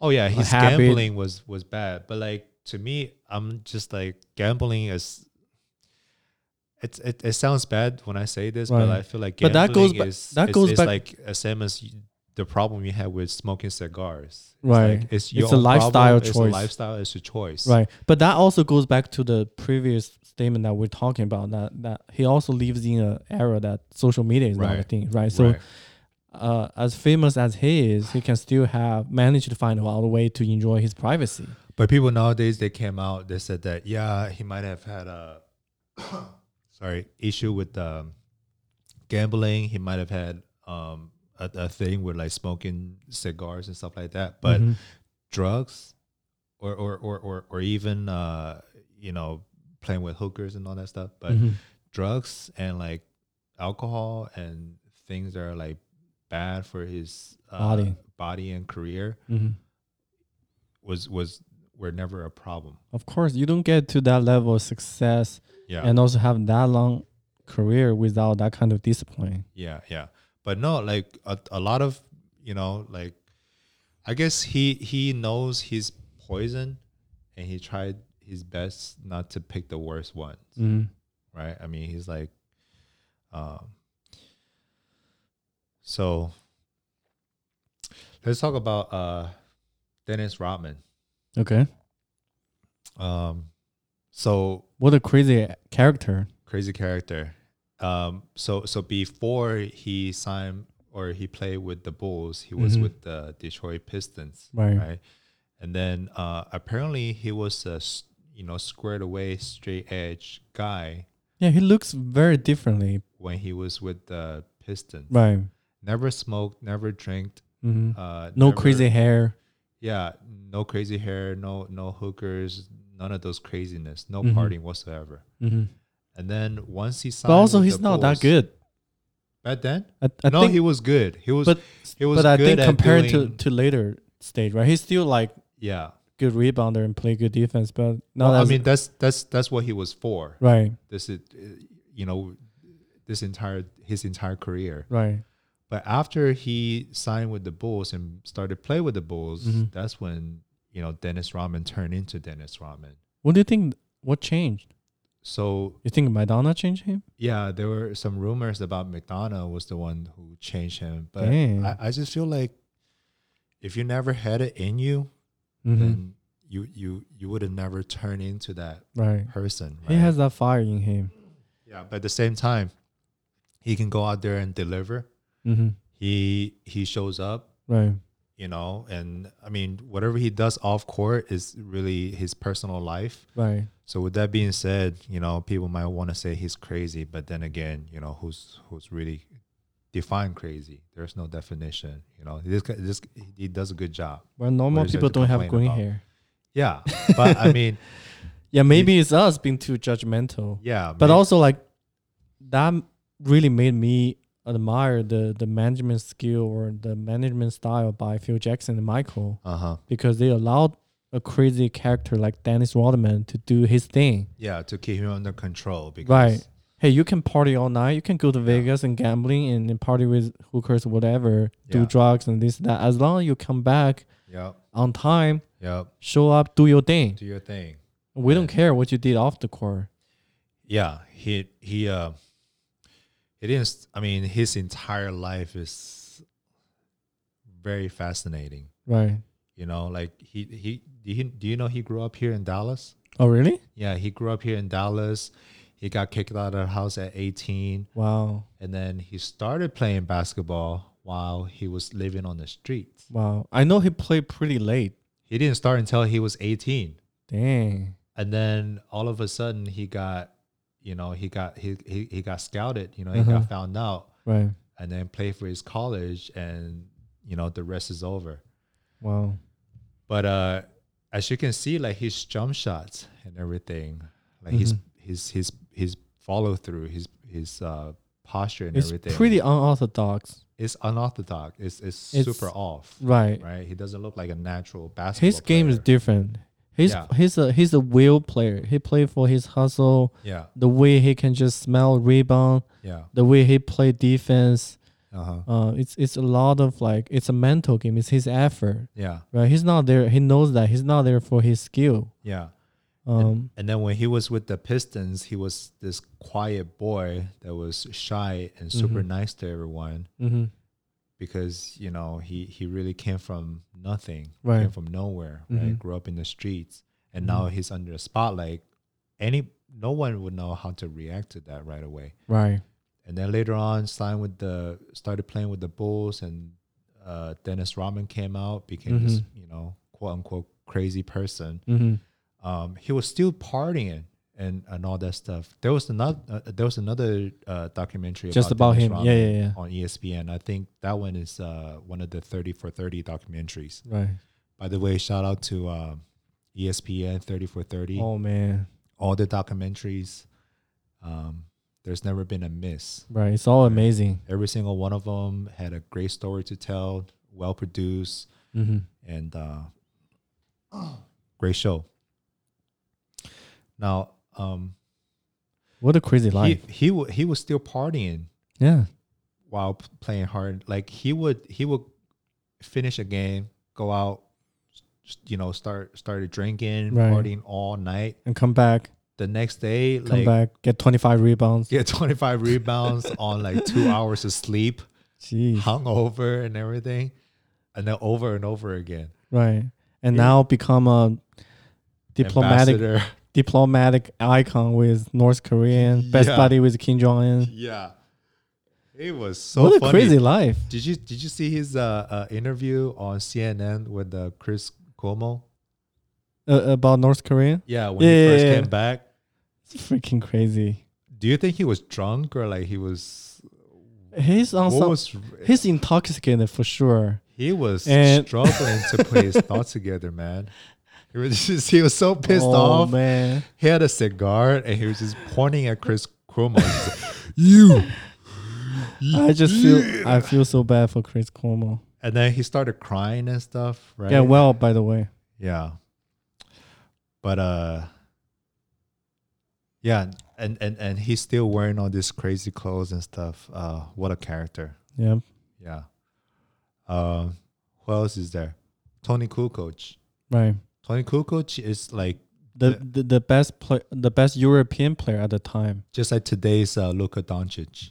Oh yeah, his
habit.
gambling was was bad. But like to me, I'm just like gambling is. It's, it, it sounds bad when I say this, but
Right.
I feel like
But
gambling
that goes ba-
is
that
is-
goes
is
back-
like uh, same as you- the problem you had with smoking cigars. It's
Right.
like, it's your
It's a
own problem,
lifestyle
it's a
choice.
lifestyle. It's a choice.
Right. But that also goes back to the previous statement that we're talking about that, that he also lives in an era that social media is not a
Right.
thing, right? So
Right.
Uh, as famous as he is, he can still have managed to find out a way to enjoy his privacy.
But people nowadays they came out, they said that yeah, he might have had a sorry issue with um, gambling. He might have had um, a, a thing with like smoking cigars and stuff like that. But Mm-hmm.
Mhm.
drugs, or or or or, or even uh, you know playing with hookers and all that stuff. But Mm-hmm.
Mhm.
drugs and like alcohol and things that are like bad for his uh,
Body.
body and career
Mhm.
was was were never a problem.
of course, you don't get to that level of success
Yeah.
and also have that long career without that kind of discipline.
Yeah, yeah. But no, like a, a lot of you know, like I guess he he knows his poison, and he tried his best not to pick the worst ones,
Mm.
right? I mean, he's like, um. So let's talk about uh, Dennis Rodman.
Okay,
Um, so
what a crazy character.
crazy character. Um, so so before he signed or he played with the Bulls, he was
Mhm.
with the Detroit Pistons,
Right.
And then uh, apparently he was a s- you know squared away straight edge guy
Yeah, he looks very differently.
when he was with the Pistons.
Right.
Never smoked, never drank.
hmm
Uh,
no
never-
crazy hair.
Yeah, no crazy hair, no no hookers, none of those craziness, no
Mhm.
partying whatsoever.
hmm
And then once he signed,
But also,
with
he's
the
not that
Bulls-
good.
Back then,
I, I
no,
think,
he was good. He was,
but
he was
but I
good
think
at
compared
doing-
to to later stage, right? He's still like
yeah.
good rebounder and play good defense, but not
well, I
as
mean, that's that's that's what he was for.
right,
This is, uh, you know, this entire his entire career.
right.
But after he signed with the Bulls and started play with the Bulls,
Mhm.
that's when you know Dennis Rodman turned into Dennis Rodman.
What do you think? What changed?
So
You think Madonna changed him?
yeah, there were some rumors about McDonough was the one who changed him, but
Dang.
I, I just feel like if you never had it in you,
hmm
then you you you would have never turned into that
Right.
person.
He
right?
has that fire in him.
yeah, but at the same time, he can go out there and deliver.
hmm
Mm-hmm. He he shows up,
Right.
you know, and I mean whatever he does off court is really his personal life.
Right.
So with that being said, you know, people might want to say he's crazy, but then again, you know, who's who's really define crazy? There's no definition, you know. This guy- this he does a good job.
Well, normal
What is there
people
to
don't have green
complain about?
hair.
Yeah, but I mean,
Yeah, maybe it's us being too judgmental.
yeah,
But
may-
also like that really made me admire the the management skill or the management style by Phil Jackson and Michael
uh-huh.
because they allowed a crazy character like Dennis Rodman to do his thing.
Yeah, to keep him under control because
Right. Hey, you can party all night. You can go to Vegas and gambling and, and party with hookers, whatever,
Yeah.
do drugs and this that. As long as you come back
Yep.
on time,
Yep.
show up, do your thing.
Do your thing.
We don't care what you did off the court.
Yeah. He he uh it is I mean, his entire life is very fascinating.
Right.
You know, like he he do you, do you know he grew up here in Dallas?
Oh, really?
Yeah, he grew up here in Dallas. He got kicked out of the house at 18
Wow.
and then he started playing basketball while he was living on the streets.
Wow. I know he played pretty late.
He didn't start until he was 18.
Dang.
and then all of a sudden he got you know he got he he, he got scouted you know he
Uh-huh.
got found out
Right.
and then played for his college and you know the rest is over
Wow.
but uh as you can see like his jump shots and everything like his
Mm-hmm.
his his his follow through his his uh posture and
It's
everything
pretty unorthodox.
it's unorthodox it's, it's
It's-
super off
Right.
right he doesn't look like a natural basketball
His game is
player.
different. He's
Yeah.
he's a he's a will player. He played for his hustle,
yeah
the way he can just smell rebound,
yeah
the way he play defense.
uh-huh
Uh, it's it's a lot of like it's a mental game. It's his effort,
yeah
right? He's not there. He knows that he's not there for his skill.
yeah
Um,
And then when he was with the Pistons, he was this quiet boy that was shy and super
Mm-hmm.
nice to everyone
mhm.
because you know he he really came from nothing, came
Right. Mm-hmm.
from nowhere, right? Grew up in the streets, and now he's under a spotlight. Any no one would know how to react to that right away.
Right.
And then later on, signed with the started playing with the Bulls, and uh, Dennis Rodman came out, became this
Mm-hmm.
you know quote unquote crazy person
hmm
um, he was still partying and, and all that stuff. There was another uh, there was another uh, documentary
Just about
Dennis
him.
Rodman
Yeah, yeah, yeah.
on E ESPN. I think that one is uh, one of the thirty for thirty documentaries.
Right.
By the way, shout out to um, ESPN thirty for thirty.
Oh man.
All the documentaries. Um, there's never been a miss.
Right. It's all amazing.
Every single one of them had a great story to tell, well produced,
hmm
and uh, great show. Now, um,
What a crazy
He
life.
he wa- he was still partying
yeah.
while p- playing hard. Like he would he would finish a game, go out, s- you know, start started drinking,
Right.
partying all night.
And come back,
The next day,
come
like
back, get 25 rebounds.
get twenty five rebounds on like two hours of sleep,
Jeez.
hungover and everything, and then over and over again.
Right. And now become a diplomatic
Ambassador.
diplomatic icon with North Korean, best
Yeah.
buddy with Kim Jong Un.
Yeah. It was so
what a
funny.
crazy life.
Did you did you see his uh, uh, interview on CNN with uh, Chris Cuomo?
Uh, about North Korea?
Yeah, when
Yeah,
he
yeah,
first
yeah.
came back.
It's freaking crazy.
Do you think he was drunk or like he was?
He's on
What
some,
was
he's intoxicated for sure.
he was
And-
struggling to put his thoughts together, man. He was just, he was so pissed
oh,
off.
man.
He had a cigar and he was just pointing at Chris Cuomo. He's like, you.
I just feel I feel so bad for Chris Cuomo.
And then he started crying and stuff, right?
Yeah, well, by the way.
Yeah. But uh yeah, and and and he's still wearing all these crazy clothes and stuff. Uh what a character.
Yeah.
Yeah. Um who else is there? Tony Kukoc.
Right.
Tony Kukoc is like
The
Yeah.
the, the best play, the best European player at the time.
just like today's uh, Luka Doncic.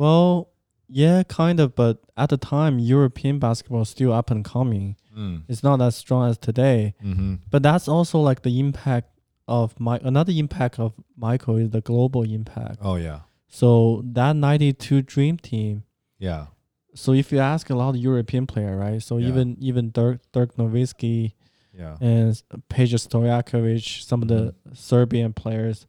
Well, yeah, kind of, but at the time European basketball is still up and coming.
Mm.
It's not as strong as today.
hmm
But that's also like the impact of my another impact of Michael is the global impact.
Oh yeah.
So that 92 dream team.
Yeah.
So if you ask a lot of European player, right? So
Yeah.
even even Dirk Dirk Nowitzki
Yeah.
and Peja Stojakovic, some of the
Mm-hmm.
Serbian players,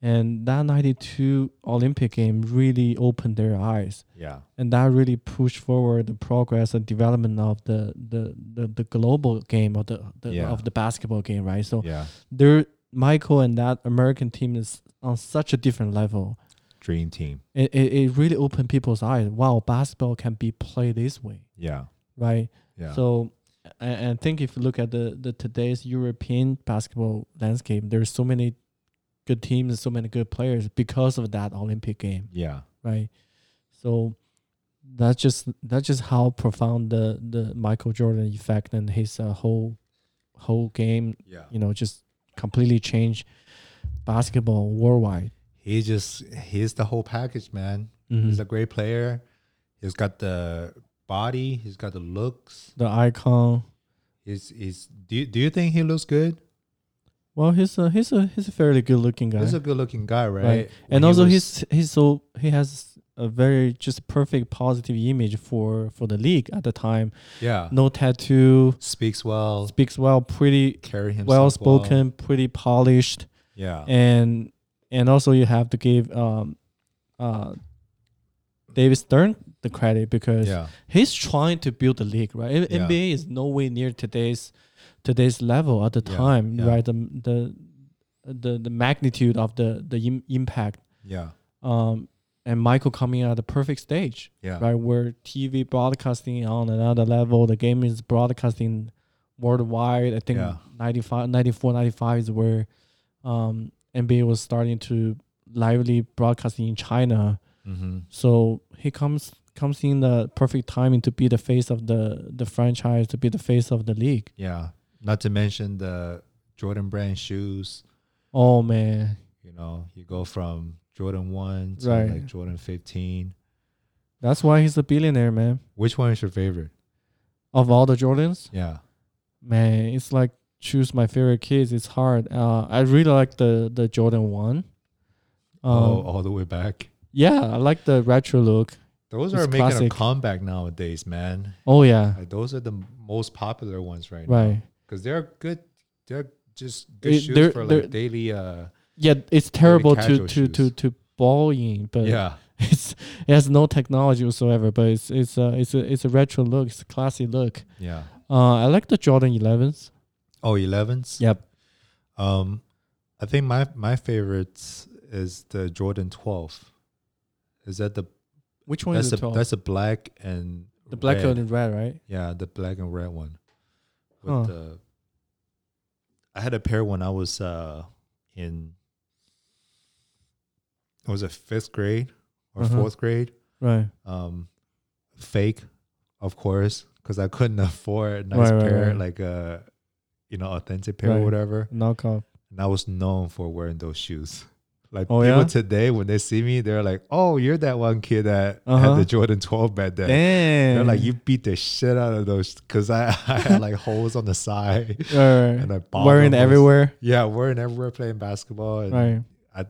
and that 92 Olympic game really opened their eyes.
Yeah.
And that really pushed forward the progress and development of the the, the, the global game of the, the
Yeah.
of the basketball game, right? So
Yeah.
there Michael and that American team is on such a different level.
Dream team.
It, it, it really opened people's eyes. Wow, basketball can be played this way,
Yeah.
right?
Yeah.
So I, I think if you look at the, the today's European basketball landscape, there's so many good teams and so many good players because of that Olympic game,
yeah.
right? So that's just that's just how profound the, the Michael Jordan effect and his uh, whole whole game
Yeah.
you know, just completely change basketball worldwide.
He just he's the whole package, man.
Mm-hmm.
He's a great player. He's got the body. He's got the looks.
The icon.
He's he's. Do you, do you think he looks good?
Well, he's a he's a he's a fairly good looking guy,
He's a good looking guy, right? When
and
he
also
was-
he's he's so he has a very just perfect positive image for for the league at the time.
yeah
No tattoo,
speaks well,
speaks well, pretty
carry himself
well spoken, pretty polished,
Yeah,
and and also you have to give um uh David Stern the credit because
yeah,
he's trying to build the league, right? N-
Yeah.
NBA is nowhere near today's today's level at the
Yeah,
time,
yeah.
right? The, the the the magnitude of the the Im- impact,
yeah,
um, and Michael coming at the perfect stage,
yeah,
right? Where TV broadcasting on another level, the game is broadcasting worldwide. I think
Yeah.
95, 94, 95 is where um, NBA was starting to lively broadcasting in China.
Mm-hmm.
So he comes comes in the perfect timing to be the face of the the franchise, to be the face of the league.
yeah. Not to mention the Jordan brand shoes.
Oh man,
You know, you go from Jordan one to
Right.
like Jordan fifteen.
that's why he's a billionaire, man.
Which one is your favorite?
Of all the Jordans,
Yeah,
man, it's like choose my favorite kids. It's hard. Uh, I really like the the Jordan one. Um,
oh, all the way back.
yeah, I like the retro look.
Those
It's
are making
classic.
a comeback nowadays, man.
Oh yeah,
Like, those are the m- most popular ones right, now
right.
because they're good. They're just good
It-
shoes
they're-
for
they're-
like daily. Uh,
Yeah, it's terrible to
casual
to to
shoes.
to ball in, but
yeah,
it's it has no technology whatsoever. But it's it's a it's a it's a retro look. It's a classy look.
yeah.
Uh, I like the Jordan 11s.
Oh, 11s.
Yep.
Um, I think my my favorites is the Jordan 12. Is that the
Which one
that's
is the
a
12?
that's a black and
the black
red.
one and red, right?
Yeah, the black and red one. With
Huh.
the, I had a pair when I was uh in was it fifth grade or
Uh-huh.
fourth grade?
Right.
Um, fake, of course, because I couldn't afford a nice
Right, right,
pair,
right.
like a you know authentic pair
Right.
or whatever.
Knockout.
And I was known for wearing those shoes. Like
Oh,
people
yeah?
today, when they see me, they're like, "Oh, you're that one kid that
Uh-huh.
had the Jordan 12 back then."
Damn.
They're like, "You beat the shit out of those," because I, I had like holes on the side and
Right.
I bought
Wearing
them.
everywhere.
Yeah, wearing everywhere, playing basketball. And
Right.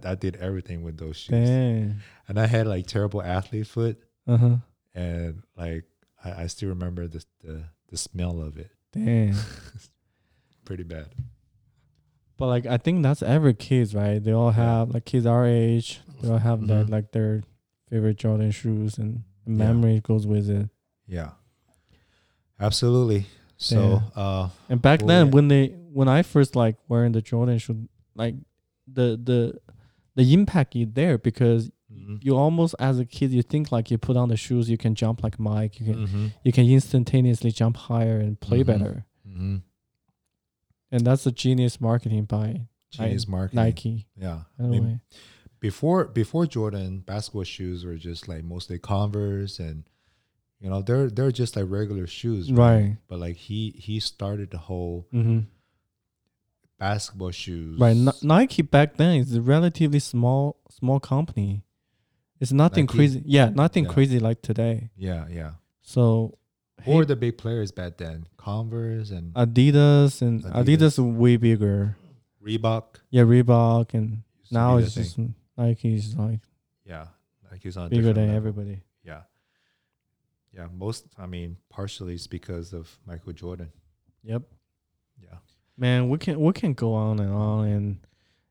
I, I did everything with those shoes.
Damn.
And I had like terrible athlete foot,
Uh huh.
and like I, I still remember the, the the smell of it,
Damn.
pretty bad.
But like I think that's every kids, right? They all
Yeah.
have like kids our age. They all have that
Mhm.
like their favorite Jordan shoes, and the
Yeah.
memory goes with it.
Yeah, absolutely. So, uh,
And back
Oh,
then,
yeah.
when they when I first like wearing the Jordan shoe, like the the the impact is there because
mhm.
you almost as a kid you think like you put on the shoes you can jump like Mike, you can
Mhm,
you can instantaneously jump higher and play
Mhm.
better.
mhm.
And that's a genius marketing by
Chinese market,
Nike.
yeah. I
By the
mean,
way.
before before Jordan, basketball shoes were just like mostly Converse, and you know they're they're just like regular shoes,
Right.
But like he he started the whole
Mm-hmm.
basketball shoes,
Right. Ni- Nike back then is a relatively small small company. It's nothing
Nike?
crazy. Yeah, nothing
Yeah.
crazy like today.
yeah, yeah.
So
Or
hey,
the big players back then, Converse and
Uh, Adidas and
Adidas.
Adidas. is way bigger.
Reebok.
Yeah, Reebok and
used to
now
be
it's
the thing.
just Nike is like
yeah, like he's on a
bigger
different
than
level.
everybody.
Yeah, yeah. Most, I mean, partially it's because of Michael Jordan.
Yep.
Yeah,
Man, we can we can go on and on and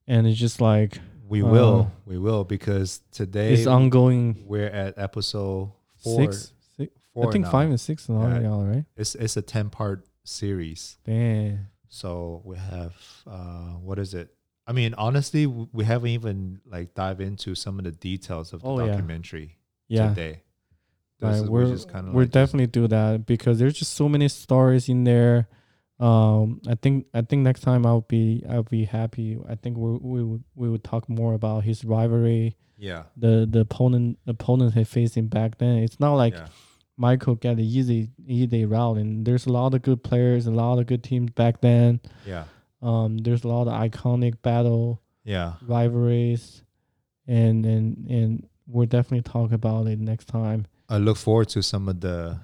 and it's just like
we
Uh,
will, we will, because today
it's ongoing
we're at episode four.
six, six
four
I think
now.
five and six and all
Yeah.
y'all, right?
It's it's a ten part series.
Damn.
So we have uh what is it? I mean, honestly, w- we haven't even like dive into some of the details of the
Oh, yeah.
documentary
Yeah.
today.
Right,
This is-
we're
just kinda
we'll
like just-
definitely do that because there's just so many stories in there. Um, I think I think next time I'll be I'll be happy. I think we we would- we would talk more about his rivalry,
yeah,
the the opponent opponent he facing back then. It's not like
yeah,
Michael got the easy easy route, and there's a lot of good players, a lot of good teams back then.
yeah,
Um, there's a lot of iconic battle
yeah.
rivalries, and and and we'll definitely talk about it next time.
I look forward to some of the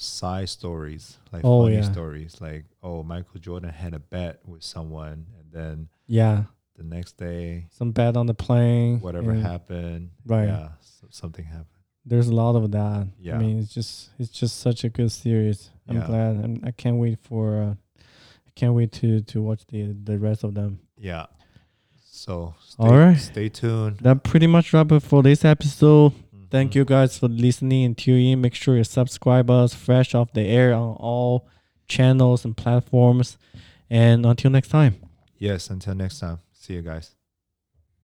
side stories, like
Oh,
funny
yeah.
stories, like oh, Michael Jordan had a bet with someone, and then
Yeah.
the next day,
some bad on the plane.
whatever
and
happened,
Right.
Yeah, so something happened.
There's a lot of that.
Yeah.
I mean, it's just it's just such a good series. I'm
Yeah.
glad. I'm, I can't wait for. Uh, I can't wait to to watch the the rest of them.
Yeah. So stay,
All right.
stay tuned.
That pretty much wrap it for this episode. Thank
Mhm.
you guys for listening and tuning in. Make sure you subscribe us fresh off the air on all channels and platforms. And until next time.
Yes, until next time. See you guys.